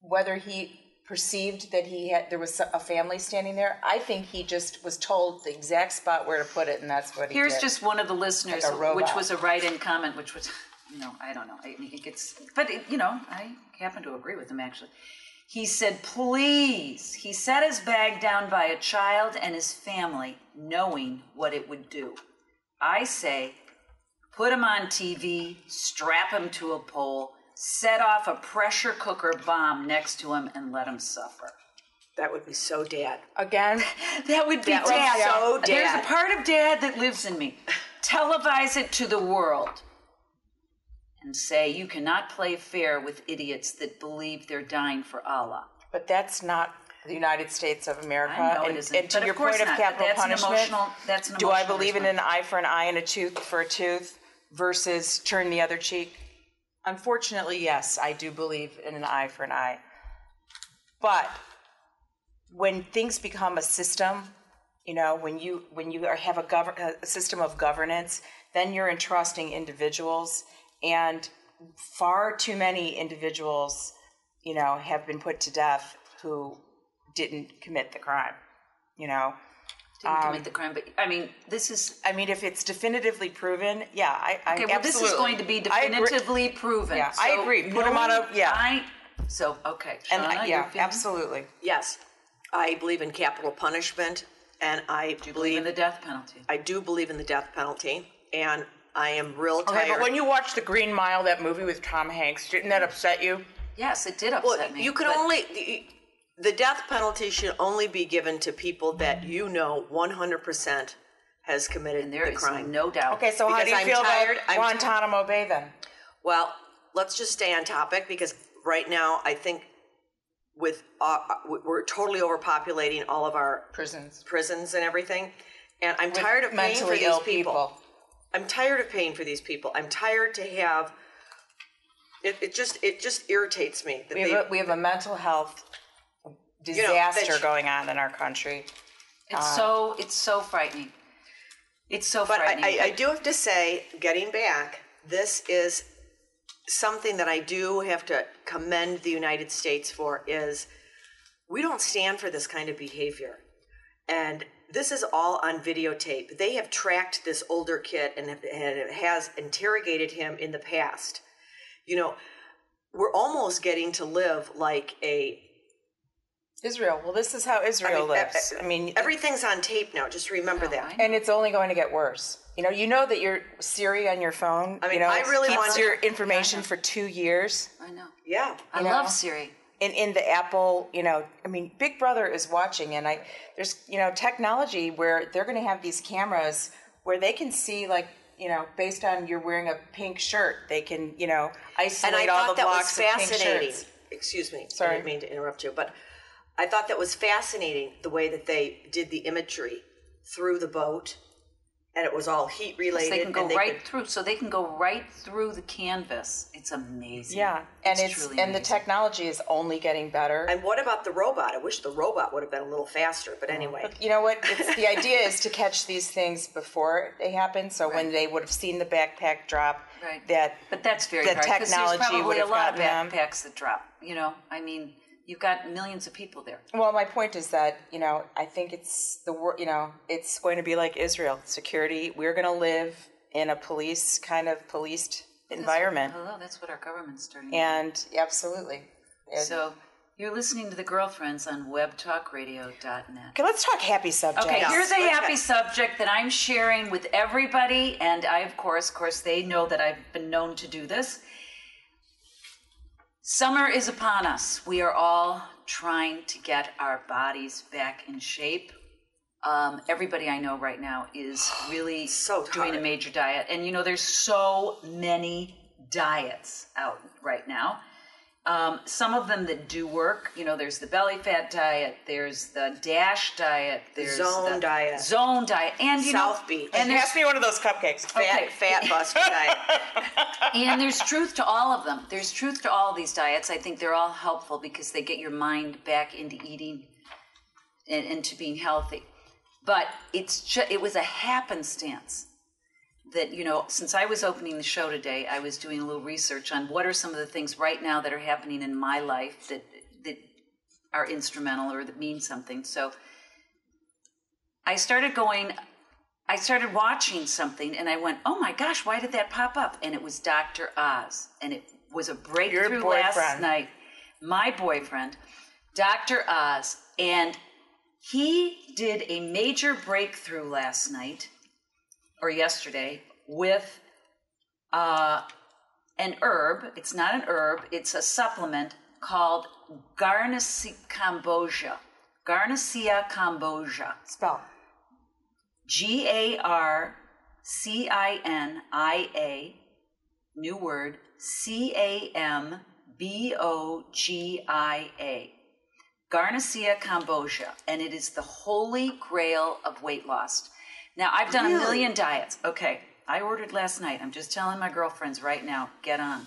[SPEAKER 4] whether he perceived that he had there was a family standing there i think he just was told the exact spot where to put it and that's what he
[SPEAKER 3] Here's
[SPEAKER 4] did.
[SPEAKER 3] just one of the listeners,
[SPEAKER 4] Like a robot.
[SPEAKER 3] which was a write-in comment, which was, you know, I don't know. I mean, it gets, but it, you know, I happen to agree with him actually. He said, "Please," he set his bag down by a child and his family, knowing what it would do. I say, put him on TV, strap him to a pole, set off a pressure cooker bomb next to him, and let him suffer.
[SPEAKER 5] that would be so dad.
[SPEAKER 4] again
[SPEAKER 3] That would be
[SPEAKER 5] That would be
[SPEAKER 3] dad.
[SPEAKER 5] so
[SPEAKER 3] There's
[SPEAKER 5] dad.
[SPEAKER 3] a part of dad that lives in me. Televise it to the world and say you cannot play fair with idiots that believe they're dying for Allah.
[SPEAKER 4] but that's not the united states of america
[SPEAKER 3] I know
[SPEAKER 4] Uh, and,
[SPEAKER 3] it isn't.
[SPEAKER 4] and to
[SPEAKER 3] but
[SPEAKER 4] your
[SPEAKER 3] of course
[SPEAKER 4] point of
[SPEAKER 3] not.
[SPEAKER 4] capital
[SPEAKER 3] that's
[SPEAKER 4] punishment
[SPEAKER 3] An emotional, that's an
[SPEAKER 4] do i
[SPEAKER 3] emotional
[SPEAKER 4] believe in an
[SPEAKER 3] response.
[SPEAKER 4] eye for an eye and a tooth for a tooth versus turn the other cheek unfortunately yes i do believe in an eye for an eye but when things become a system you know when you when you are, have a, gov- a system of governance then you're entrusting individuals and far too many individuals you know have been put to death who didn't commit the crime you know
[SPEAKER 3] Didn't commit the crime, but I mean, this is
[SPEAKER 4] i mean if it's definitively proven yeah i, I
[SPEAKER 3] okay. Well, this is
[SPEAKER 4] absolutely-
[SPEAKER 3] going to be
[SPEAKER 4] I agree.
[SPEAKER 3] definitively proven.
[SPEAKER 4] Yeah, I agree. Put 'em on a-
[SPEAKER 3] knowing
[SPEAKER 4] yeah.
[SPEAKER 3] I, so okay,
[SPEAKER 4] and
[SPEAKER 3] Shauna,
[SPEAKER 4] I,
[SPEAKER 3] your
[SPEAKER 4] yeah
[SPEAKER 3] feelings?
[SPEAKER 4] absolutely
[SPEAKER 5] Yes, I believe in capital punishment, and I
[SPEAKER 3] Believe in
[SPEAKER 5] believe
[SPEAKER 3] the death penalty.
[SPEAKER 5] I do believe in the death penalty, and I am real tired.
[SPEAKER 4] Okay, but when you watch The Green Mile, that movie with Tom Hanks, didn't that upset you?
[SPEAKER 3] Yes, it did upset
[SPEAKER 5] Well,
[SPEAKER 3] me.
[SPEAKER 5] you could
[SPEAKER 3] but-
[SPEAKER 5] only the, the death penalty should only be given to people that you know 100% has committed
[SPEAKER 3] and there
[SPEAKER 5] the
[SPEAKER 3] is
[SPEAKER 5] crime.
[SPEAKER 3] no doubt.
[SPEAKER 4] Okay, so how
[SPEAKER 5] Because
[SPEAKER 4] do you
[SPEAKER 5] I'm
[SPEAKER 4] feel
[SPEAKER 5] tired,
[SPEAKER 4] about
[SPEAKER 5] I'm-
[SPEAKER 4] Guantanamo Bay then?
[SPEAKER 5] Well, let's just stay on topic because right now I think with uh, we're totally overpopulating all of our
[SPEAKER 4] Prisons.
[SPEAKER 5] prisons and everything, and I'm tired of paying for
[SPEAKER 4] mentally
[SPEAKER 5] these
[SPEAKER 4] ill
[SPEAKER 5] people. I'm tired of paying for these people. I'm tired to have. It, it just it just irritates me that
[SPEAKER 4] We
[SPEAKER 5] they,
[SPEAKER 4] have, a, we have a mental health
[SPEAKER 5] know, that
[SPEAKER 4] disaster
[SPEAKER 5] you-
[SPEAKER 4] going on in our country.
[SPEAKER 3] It's
[SPEAKER 4] Uh,
[SPEAKER 3] so it's so frightening. It's so
[SPEAKER 5] But
[SPEAKER 3] frightening.
[SPEAKER 5] I, I, I do have to say, getting back, this is something that I do have to commend the United States for is we don't stand for this kind of behavior. And this is all on videotape. They have tracked this older kid and have, and has interrogated him in the past. You know, we're almost getting to live like a
[SPEAKER 4] Israel. Well, this is how Israel lives. I mean, e-
[SPEAKER 5] everything's on tape now. Just remember that.
[SPEAKER 4] and it's only going to get worse. You know, you know that your Siri on your phone.
[SPEAKER 5] mean,
[SPEAKER 4] you know,
[SPEAKER 5] I really
[SPEAKER 4] keeps
[SPEAKER 5] want-
[SPEAKER 4] your information for two years.
[SPEAKER 3] I know.
[SPEAKER 5] Yeah.
[SPEAKER 3] I love Siri.
[SPEAKER 4] in in the Apple, you know, I mean, Big Brother is watching, and I there's you know technology where they're going to have these cameras where they can see like you know based on you're wearing a pink shirt, they can you know isolate
[SPEAKER 5] and I
[SPEAKER 4] all the
[SPEAKER 5] thought that
[SPEAKER 4] blocks
[SPEAKER 5] was
[SPEAKER 4] of
[SPEAKER 5] fascinating.
[SPEAKER 4] pink shirts.
[SPEAKER 5] Excuse me, I
[SPEAKER 4] Sorry.
[SPEAKER 5] didn't mean to interrupt you, but I thought that was fascinating the way that they did the imagery through the boat, and it was all heat related.
[SPEAKER 3] They can go
[SPEAKER 5] and they
[SPEAKER 3] right
[SPEAKER 5] could-
[SPEAKER 3] through. So they can go right through the canvas. It's amazing.
[SPEAKER 4] Yeah, and it's,
[SPEAKER 3] truly
[SPEAKER 4] and the
[SPEAKER 3] amazing.
[SPEAKER 4] technology is only getting better.
[SPEAKER 5] and what about the robot? I wish the robot would have been a little faster, but anyway,
[SPEAKER 4] you know what? It's, the idea is to catch these things before they happen, so when
[SPEAKER 3] Right.
[SPEAKER 4] they would have seen the backpack drop,
[SPEAKER 3] Right.
[SPEAKER 4] that
[SPEAKER 3] But that's very
[SPEAKER 4] the
[SPEAKER 3] hard 'cause
[SPEAKER 4] technology
[SPEAKER 3] There's probably
[SPEAKER 4] would
[SPEAKER 3] a
[SPEAKER 4] have
[SPEAKER 3] lot of
[SPEAKER 4] gotten them.
[SPEAKER 3] backpacks that drop. You know, I mean, you've got millions of people there.
[SPEAKER 4] Well, my point is that you know I think it's the wor- you know it's going to be like Israel security. We're going to live in a police kind of policed environment,
[SPEAKER 3] Hello, that's what our government's doing.
[SPEAKER 4] and absolutely. And-
[SPEAKER 3] So you're listening to the girlfriends on WebTalkRadio.net.
[SPEAKER 4] okay, let's talk happy subjects.
[SPEAKER 3] Okay, here's a
[SPEAKER 5] Okay.
[SPEAKER 3] happy subject that I'm sharing with everybody, and I, of course, of course, they know that I've been known to do this. Summer is upon us. We are all trying to get our bodies back in shape. Um, everybody I know right now is really
[SPEAKER 5] So
[SPEAKER 3] doing a
[SPEAKER 5] tired.
[SPEAKER 3] major diet, and you know, there's so many diets out right now. Um, some of them that do work, you know, there's the belly fat diet, there's the DASH diet, there's
[SPEAKER 5] Zone
[SPEAKER 3] the
[SPEAKER 5] diet.
[SPEAKER 3] zone diet, and you know,
[SPEAKER 5] South Beach.
[SPEAKER 3] and there's
[SPEAKER 4] Pass me one of those cupcakes.
[SPEAKER 3] okay.
[SPEAKER 5] fat, fat buster diet.
[SPEAKER 3] and there's truth to all of them. There's truth to all these diets. I think they're all helpful because they get your mind back into eating and, and to being healthy. But it's ju- it was a happenstance that you know since I was opening the show today, I was doing a little research on what are some of the things right now that are happening in my life that that are instrumental or that mean something. So I started going I started watching something and I went, "Oh my gosh, why did that pop up?" And it was Dr. Oz, and it was a breakthrough last
[SPEAKER 4] boyfriend.
[SPEAKER 3] night. My boyfriend, Dr. Oz, and he did a major breakthrough last night or yesterday with uh, an herb. It's not an herb, it's a supplement called Garnasia cambogia. Garnasia cambogia.
[SPEAKER 4] Spell.
[SPEAKER 3] G A R C I N I A, new word, C A M B O G I A. Garnasia cambogia, and it is the holy grail of weight loss. Now, I've done a million diets. Okay, I ordered last night. I'm just telling my girlfriends right now, get on.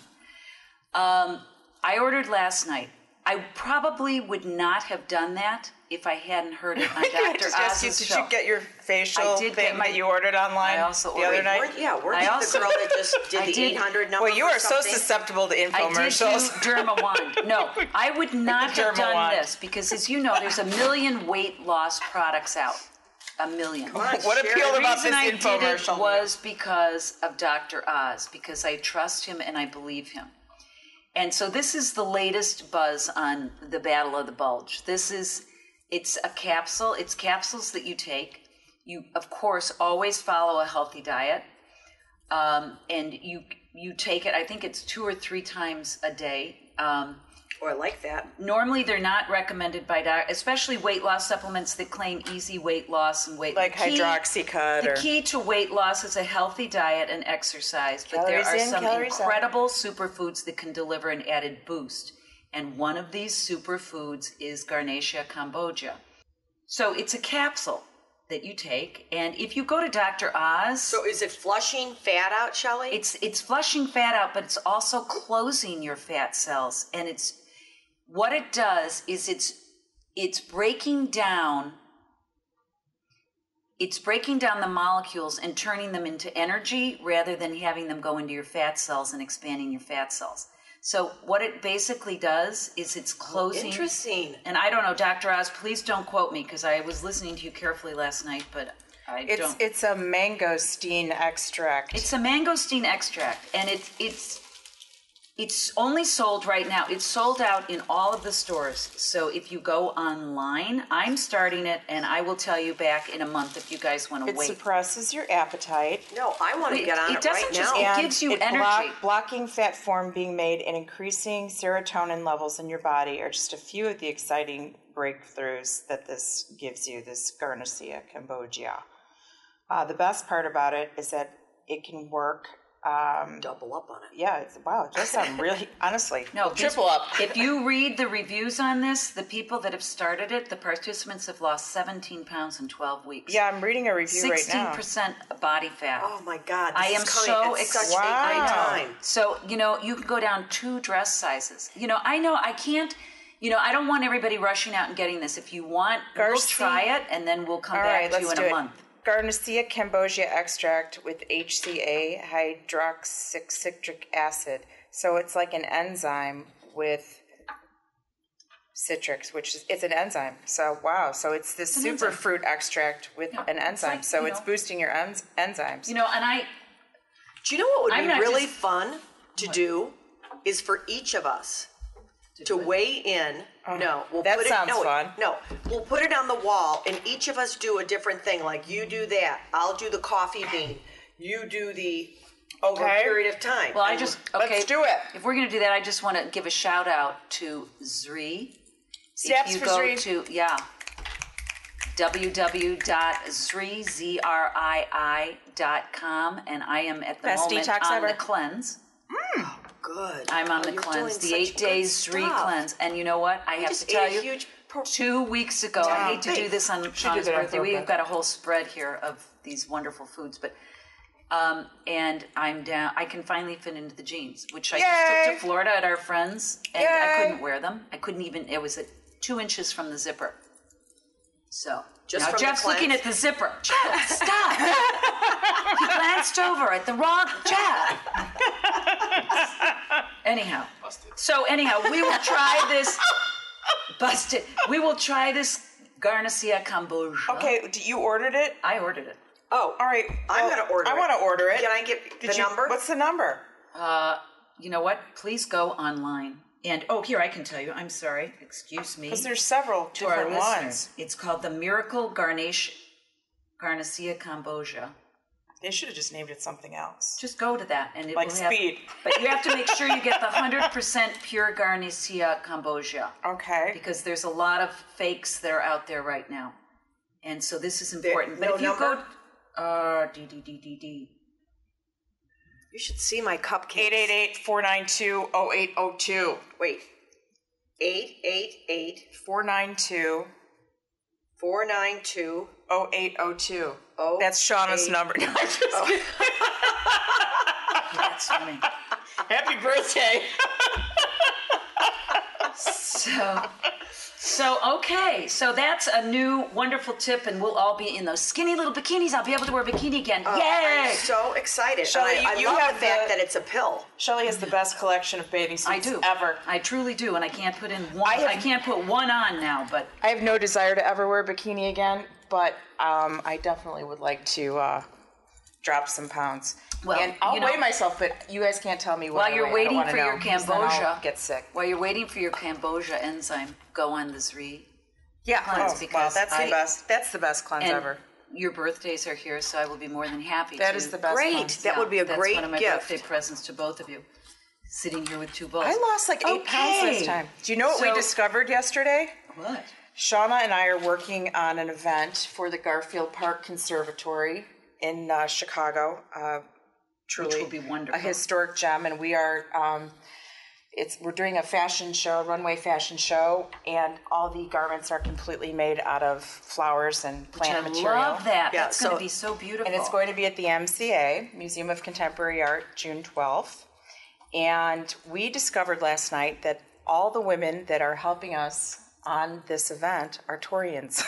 [SPEAKER 3] Um, I ordered last night. I probably would not have done that if I hadn't heard it on
[SPEAKER 4] I
[SPEAKER 3] Dr.
[SPEAKER 4] just asked you,
[SPEAKER 3] Oz's
[SPEAKER 4] did
[SPEAKER 3] show.
[SPEAKER 4] you get your facial
[SPEAKER 3] I did get
[SPEAKER 4] thing
[SPEAKER 3] my-
[SPEAKER 4] that you ordered online
[SPEAKER 3] I also
[SPEAKER 4] the other
[SPEAKER 3] ordered-
[SPEAKER 4] night?
[SPEAKER 5] Weren't- yeah, weren't
[SPEAKER 3] I
[SPEAKER 5] you
[SPEAKER 3] also-
[SPEAKER 5] the girl that just did
[SPEAKER 3] I
[SPEAKER 5] the
[SPEAKER 3] did.
[SPEAKER 5] 800 number?
[SPEAKER 4] Well, you
[SPEAKER 5] for
[SPEAKER 4] are so
[SPEAKER 5] something?
[SPEAKER 4] susceptible to
[SPEAKER 3] I did do
[SPEAKER 4] infomercials.
[SPEAKER 3] Derma Wand. No, I would not have
[SPEAKER 4] Derma
[SPEAKER 3] done
[SPEAKER 4] Wand.
[SPEAKER 3] this because, as you know, there's a million weight loss products out. A million.
[SPEAKER 4] what appealed
[SPEAKER 3] The
[SPEAKER 4] about
[SPEAKER 3] reason
[SPEAKER 4] this
[SPEAKER 3] I did it
[SPEAKER 4] infomercial?
[SPEAKER 3] was because of Dr. Oz, because I trust him and I believe him. And so this is the latest buzz on the Battle of the Bulge. This is it's a capsule, it's capsules that you take. You of course always follow a healthy diet. Um, and you you take it, I think it's two or three times a day. Um,
[SPEAKER 5] Oh, I like that.
[SPEAKER 3] normally they're not recommended by doc, especially weight loss supplements that claim easy weight loss and weight
[SPEAKER 4] like
[SPEAKER 3] the key-
[SPEAKER 4] hydroxycut
[SPEAKER 3] the
[SPEAKER 4] or
[SPEAKER 3] key to weight loss is a healthy diet and exercise, but there
[SPEAKER 4] Calories
[SPEAKER 3] are
[SPEAKER 4] in,
[SPEAKER 3] some
[SPEAKER 4] calories out.
[SPEAKER 3] incredible superfoods that can deliver an added boost. And one of these superfoods is Garnatia cambogia. So it's a capsule that you take, and if you go to Dr. Oz,
[SPEAKER 5] So is it flushing fat out, Shelley?
[SPEAKER 3] it's it's flushing fat out, but it's also closing your fat cells, and it's what it does is it's it's breaking down it's breaking down the molecules and turning them into energy rather than having them go into your fat cells and expanding your fat cells. So what it basically does is it's closing.
[SPEAKER 5] interesting.
[SPEAKER 3] And I don't know, Dr. Oz, please don't quote me because I was listening to you carefully last night, but I
[SPEAKER 4] it's
[SPEAKER 3] don't.
[SPEAKER 4] it's a mangosteen extract.
[SPEAKER 3] It's a mangosteen extract, and it's it's it's only sold right now. It's sold out in all of the stores. So if you go online, I'm starting it, and I will tell you back in a month if you guys want to
[SPEAKER 4] it
[SPEAKER 3] wait.
[SPEAKER 4] suppresses your appetite.
[SPEAKER 5] no, I want to
[SPEAKER 3] It-
[SPEAKER 5] get on
[SPEAKER 3] it
[SPEAKER 5] it,
[SPEAKER 3] doesn't
[SPEAKER 5] right
[SPEAKER 3] just-
[SPEAKER 5] now.
[SPEAKER 3] It
[SPEAKER 4] and
[SPEAKER 3] gives you
[SPEAKER 4] it
[SPEAKER 3] energy.
[SPEAKER 4] block- blocking fat form being made and increasing serotonin levels in your body are just a few of the exciting breakthroughs that this gives you, this Garnacia cambogia. Uh, the best part about it is that it can work. Um,
[SPEAKER 5] Double up on it.
[SPEAKER 4] yeah, it's, wow, it does sound really, honestly,
[SPEAKER 3] No, these-
[SPEAKER 4] triple up.
[SPEAKER 3] if you read the reviews on this, the people that have started it, the participants have lost 17 pounds in 12 weeks.
[SPEAKER 4] Yeah, I'm reading a review right now.
[SPEAKER 3] 16% body fat.
[SPEAKER 5] Oh my God! This
[SPEAKER 3] I am
[SPEAKER 5] is coming
[SPEAKER 3] so
[SPEAKER 5] at
[SPEAKER 3] excited.
[SPEAKER 5] such a great
[SPEAKER 4] Wow.
[SPEAKER 5] time.
[SPEAKER 3] So, you know, you can go down two dress sizes. You know, I know I can't, you know, I don't want everybody rushing out and getting this. If you want, we'll
[SPEAKER 4] Garci-
[SPEAKER 3] try it and then we'll come
[SPEAKER 4] All
[SPEAKER 3] back
[SPEAKER 4] right,
[SPEAKER 3] to
[SPEAKER 4] let's
[SPEAKER 3] you in
[SPEAKER 4] do
[SPEAKER 3] a
[SPEAKER 4] it.
[SPEAKER 3] month.
[SPEAKER 4] Garnacia cambogia extract with HCA hydroxycitric acid. So it's like an enzyme with citrix, which is it's an enzyme. So wow, so it's this
[SPEAKER 3] an
[SPEAKER 4] super
[SPEAKER 3] enzyme.
[SPEAKER 4] fruit extract with an enzyme.
[SPEAKER 3] like,
[SPEAKER 4] so
[SPEAKER 3] you
[SPEAKER 4] it's
[SPEAKER 3] know-
[SPEAKER 4] boosting your enz- enzymes.
[SPEAKER 3] You know, and I,
[SPEAKER 5] Do you know what would
[SPEAKER 3] I'm
[SPEAKER 5] be
[SPEAKER 3] not
[SPEAKER 5] really
[SPEAKER 3] just-
[SPEAKER 5] fun to do is for each of us to weigh in.
[SPEAKER 3] Oh,
[SPEAKER 5] no, we'll
[SPEAKER 4] that
[SPEAKER 5] put it,
[SPEAKER 4] sounds
[SPEAKER 5] no,
[SPEAKER 4] fun.
[SPEAKER 5] No, we'll put it on the wall, and each of us do a different thing. Like you do that, I'll do the coffee bean, you do the over a
[SPEAKER 4] Okay.
[SPEAKER 5] period of time.
[SPEAKER 3] well, I
[SPEAKER 5] And
[SPEAKER 3] just,
[SPEAKER 4] Let's
[SPEAKER 3] okay.
[SPEAKER 4] do it.
[SPEAKER 3] If we're going to do that, I just want to give a shout out to Zri.
[SPEAKER 4] Snaps
[SPEAKER 3] if you
[SPEAKER 4] for
[SPEAKER 3] go
[SPEAKER 4] Zri.
[SPEAKER 3] to, yeah, www.zrii.com. And I am at the
[SPEAKER 4] Best
[SPEAKER 3] moment
[SPEAKER 4] detox
[SPEAKER 3] on
[SPEAKER 4] ever.
[SPEAKER 3] the cleanse.
[SPEAKER 5] good.
[SPEAKER 3] I'm on
[SPEAKER 5] Oh,
[SPEAKER 3] the
[SPEAKER 5] you're
[SPEAKER 3] cleanse,
[SPEAKER 5] doing
[SPEAKER 3] the
[SPEAKER 5] such
[SPEAKER 3] eight
[SPEAKER 5] good
[SPEAKER 3] days re
[SPEAKER 5] stuff.
[SPEAKER 3] cleanse, and you know what? I have
[SPEAKER 5] just
[SPEAKER 3] to tell
[SPEAKER 5] ate a
[SPEAKER 3] you,
[SPEAKER 5] huge pro-
[SPEAKER 3] two weeks ago. I hate to do
[SPEAKER 5] Thanks.
[SPEAKER 3] this on
[SPEAKER 4] Should do
[SPEAKER 3] Shauna's
[SPEAKER 4] that on
[SPEAKER 3] birthday. We've
[SPEAKER 4] Thursday.
[SPEAKER 3] got a whole spread here of these wonderful foods, but um, and I'm down. I can finally fit into the jeans, which I just took
[SPEAKER 4] Yay.
[SPEAKER 3] to Florida at our friends, and I
[SPEAKER 4] Yay.
[SPEAKER 3] couldn't wear them. I couldn't even. It was at two inches from the zipper. So
[SPEAKER 5] Just
[SPEAKER 3] now
[SPEAKER 5] from the
[SPEAKER 3] Jeff's looking
[SPEAKER 5] cleanse?
[SPEAKER 3] at the zipper. Jeff, stop! he glanced over at the wrong Jeff. Anyhow, so anyhow, we will try this. Busted. We will try this Garnacia kombucha.
[SPEAKER 4] okay, do you ordered it?
[SPEAKER 3] I ordered it.
[SPEAKER 5] Oh,
[SPEAKER 4] All right,
[SPEAKER 5] I'm
[SPEAKER 4] well,
[SPEAKER 5] gonna order.
[SPEAKER 4] I want to order it.
[SPEAKER 5] Can I get
[SPEAKER 4] Did
[SPEAKER 5] the
[SPEAKER 4] you-
[SPEAKER 5] number?
[SPEAKER 4] What's the number?
[SPEAKER 3] You know what? Please go online. And oh, here I can tell you. I'm sorry. Excuse me.
[SPEAKER 4] Because there's several
[SPEAKER 3] to our
[SPEAKER 4] different
[SPEAKER 3] listeners,
[SPEAKER 4] ones.
[SPEAKER 3] it's called the Miracle Garnation Garnacia kombucha.
[SPEAKER 4] They should have just named it something else.
[SPEAKER 3] Just go to that, and it
[SPEAKER 4] Like
[SPEAKER 3] will have.
[SPEAKER 4] speed.
[SPEAKER 3] But you have to make sure you get the hundred percent pure Garnacia kombucha.
[SPEAKER 4] Okay.
[SPEAKER 3] because there's a lot of fakes that are out there right now, and so this is important.
[SPEAKER 5] no
[SPEAKER 3] but if you
[SPEAKER 5] number?
[SPEAKER 3] go, uh, d d d d d.
[SPEAKER 5] you should see my cupcakes.
[SPEAKER 4] 888-492-0802.
[SPEAKER 5] Wait, eight eight eight
[SPEAKER 4] 492-0802.
[SPEAKER 5] four nine two. Oh,
[SPEAKER 4] That's Shauna's
[SPEAKER 5] eight.
[SPEAKER 4] number. No, I'm just kidding.
[SPEAKER 3] That's funny.
[SPEAKER 4] Happy birthday.
[SPEAKER 3] So, So, okay, so that's a new wonderful tip, and we'll all be in those skinny little bikinis. I'll be able to wear a bikini again. Yay!
[SPEAKER 5] I'm Oh, so excited.
[SPEAKER 4] Shelley,
[SPEAKER 5] and I, I
[SPEAKER 4] you- you
[SPEAKER 5] love
[SPEAKER 4] have
[SPEAKER 5] the fact
[SPEAKER 4] the-
[SPEAKER 5] that it's a pill.
[SPEAKER 4] Shelley has the best collection of bathing suits
[SPEAKER 3] I do.
[SPEAKER 4] ever.
[SPEAKER 3] I truly do, and I can't put in one. I,
[SPEAKER 4] I have-
[SPEAKER 3] can't put one on now, but
[SPEAKER 4] I have no desire to ever wear a bikini again, but um, I definitely would like to uh, drop some pounds.
[SPEAKER 3] Well,
[SPEAKER 4] and I'll
[SPEAKER 3] you know-
[SPEAKER 4] weigh myself, but you guys can't tell me what
[SPEAKER 3] while
[SPEAKER 4] I
[SPEAKER 3] you're
[SPEAKER 4] weigh. I don't
[SPEAKER 3] waiting
[SPEAKER 4] wanna
[SPEAKER 3] for
[SPEAKER 4] know,
[SPEAKER 3] your
[SPEAKER 4] 'cause then I'll
[SPEAKER 3] Cambogia,
[SPEAKER 4] get sick.
[SPEAKER 3] While you're waiting for your Cambogia enzyme, go on this read.
[SPEAKER 4] Yeah,
[SPEAKER 3] cleanse because
[SPEAKER 4] Oh, that's
[SPEAKER 3] I-
[SPEAKER 4] the best. That's the best cleanse
[SPEAKER 3] And
[SPEAKER 4] ever.
[SPEAKER 3] Your birthdays are here, so I will be more than happy.
[SPEAKER 4] That
[SPEAKER 3] to-
[SPEAKER 4] is the best
[SPEAKER 5] Great.
[SPEAKER 4] one.
[SPEAKER 5] That would be a
[SPEAKER 3] that's
[SPEAKER 5] great
[SPEAKER 3] one of my
[SPEAKER 5] gift.
[SPEAKER 3] birthday presents to both of you. Sitting here with two bowls.
[SPEAKER 4] I lost like eight pounds
[SPEAKER 3] Okay.
[SPEAKER 4] this time. Do you know what we
[SPEAKER 3] So-
[SPEAKER 4] discovered yesterday?
[SPEAKER 3] What?
[SPEAKER 4] Shauna and I are working on an event for the Garfield Park Conservatory in uh, Chicago. Uh, truly,
[SPEAKER 3] will be wonderful.
[SPEAKER 4] A historic gem, and we are. Um, it's we're doing a fashion show, runway fashion show, and all the garments are completely made out of flowers and plant
[SPEAKER 3] I
[SPEAKER 4] material.
[SPEAKER 3] love that.
[SPEAKER 5] Yeah,
[SPEAKER 3] that's going to
[SPEAKER 5] so-
[SPEAKER 3] be so beautiful.
[SPEAKER 4] And it's going to be at the MCA, Museum of Contemporary Art, June 12th. And we discovered last night that all the women that are helping us on this event are Torians.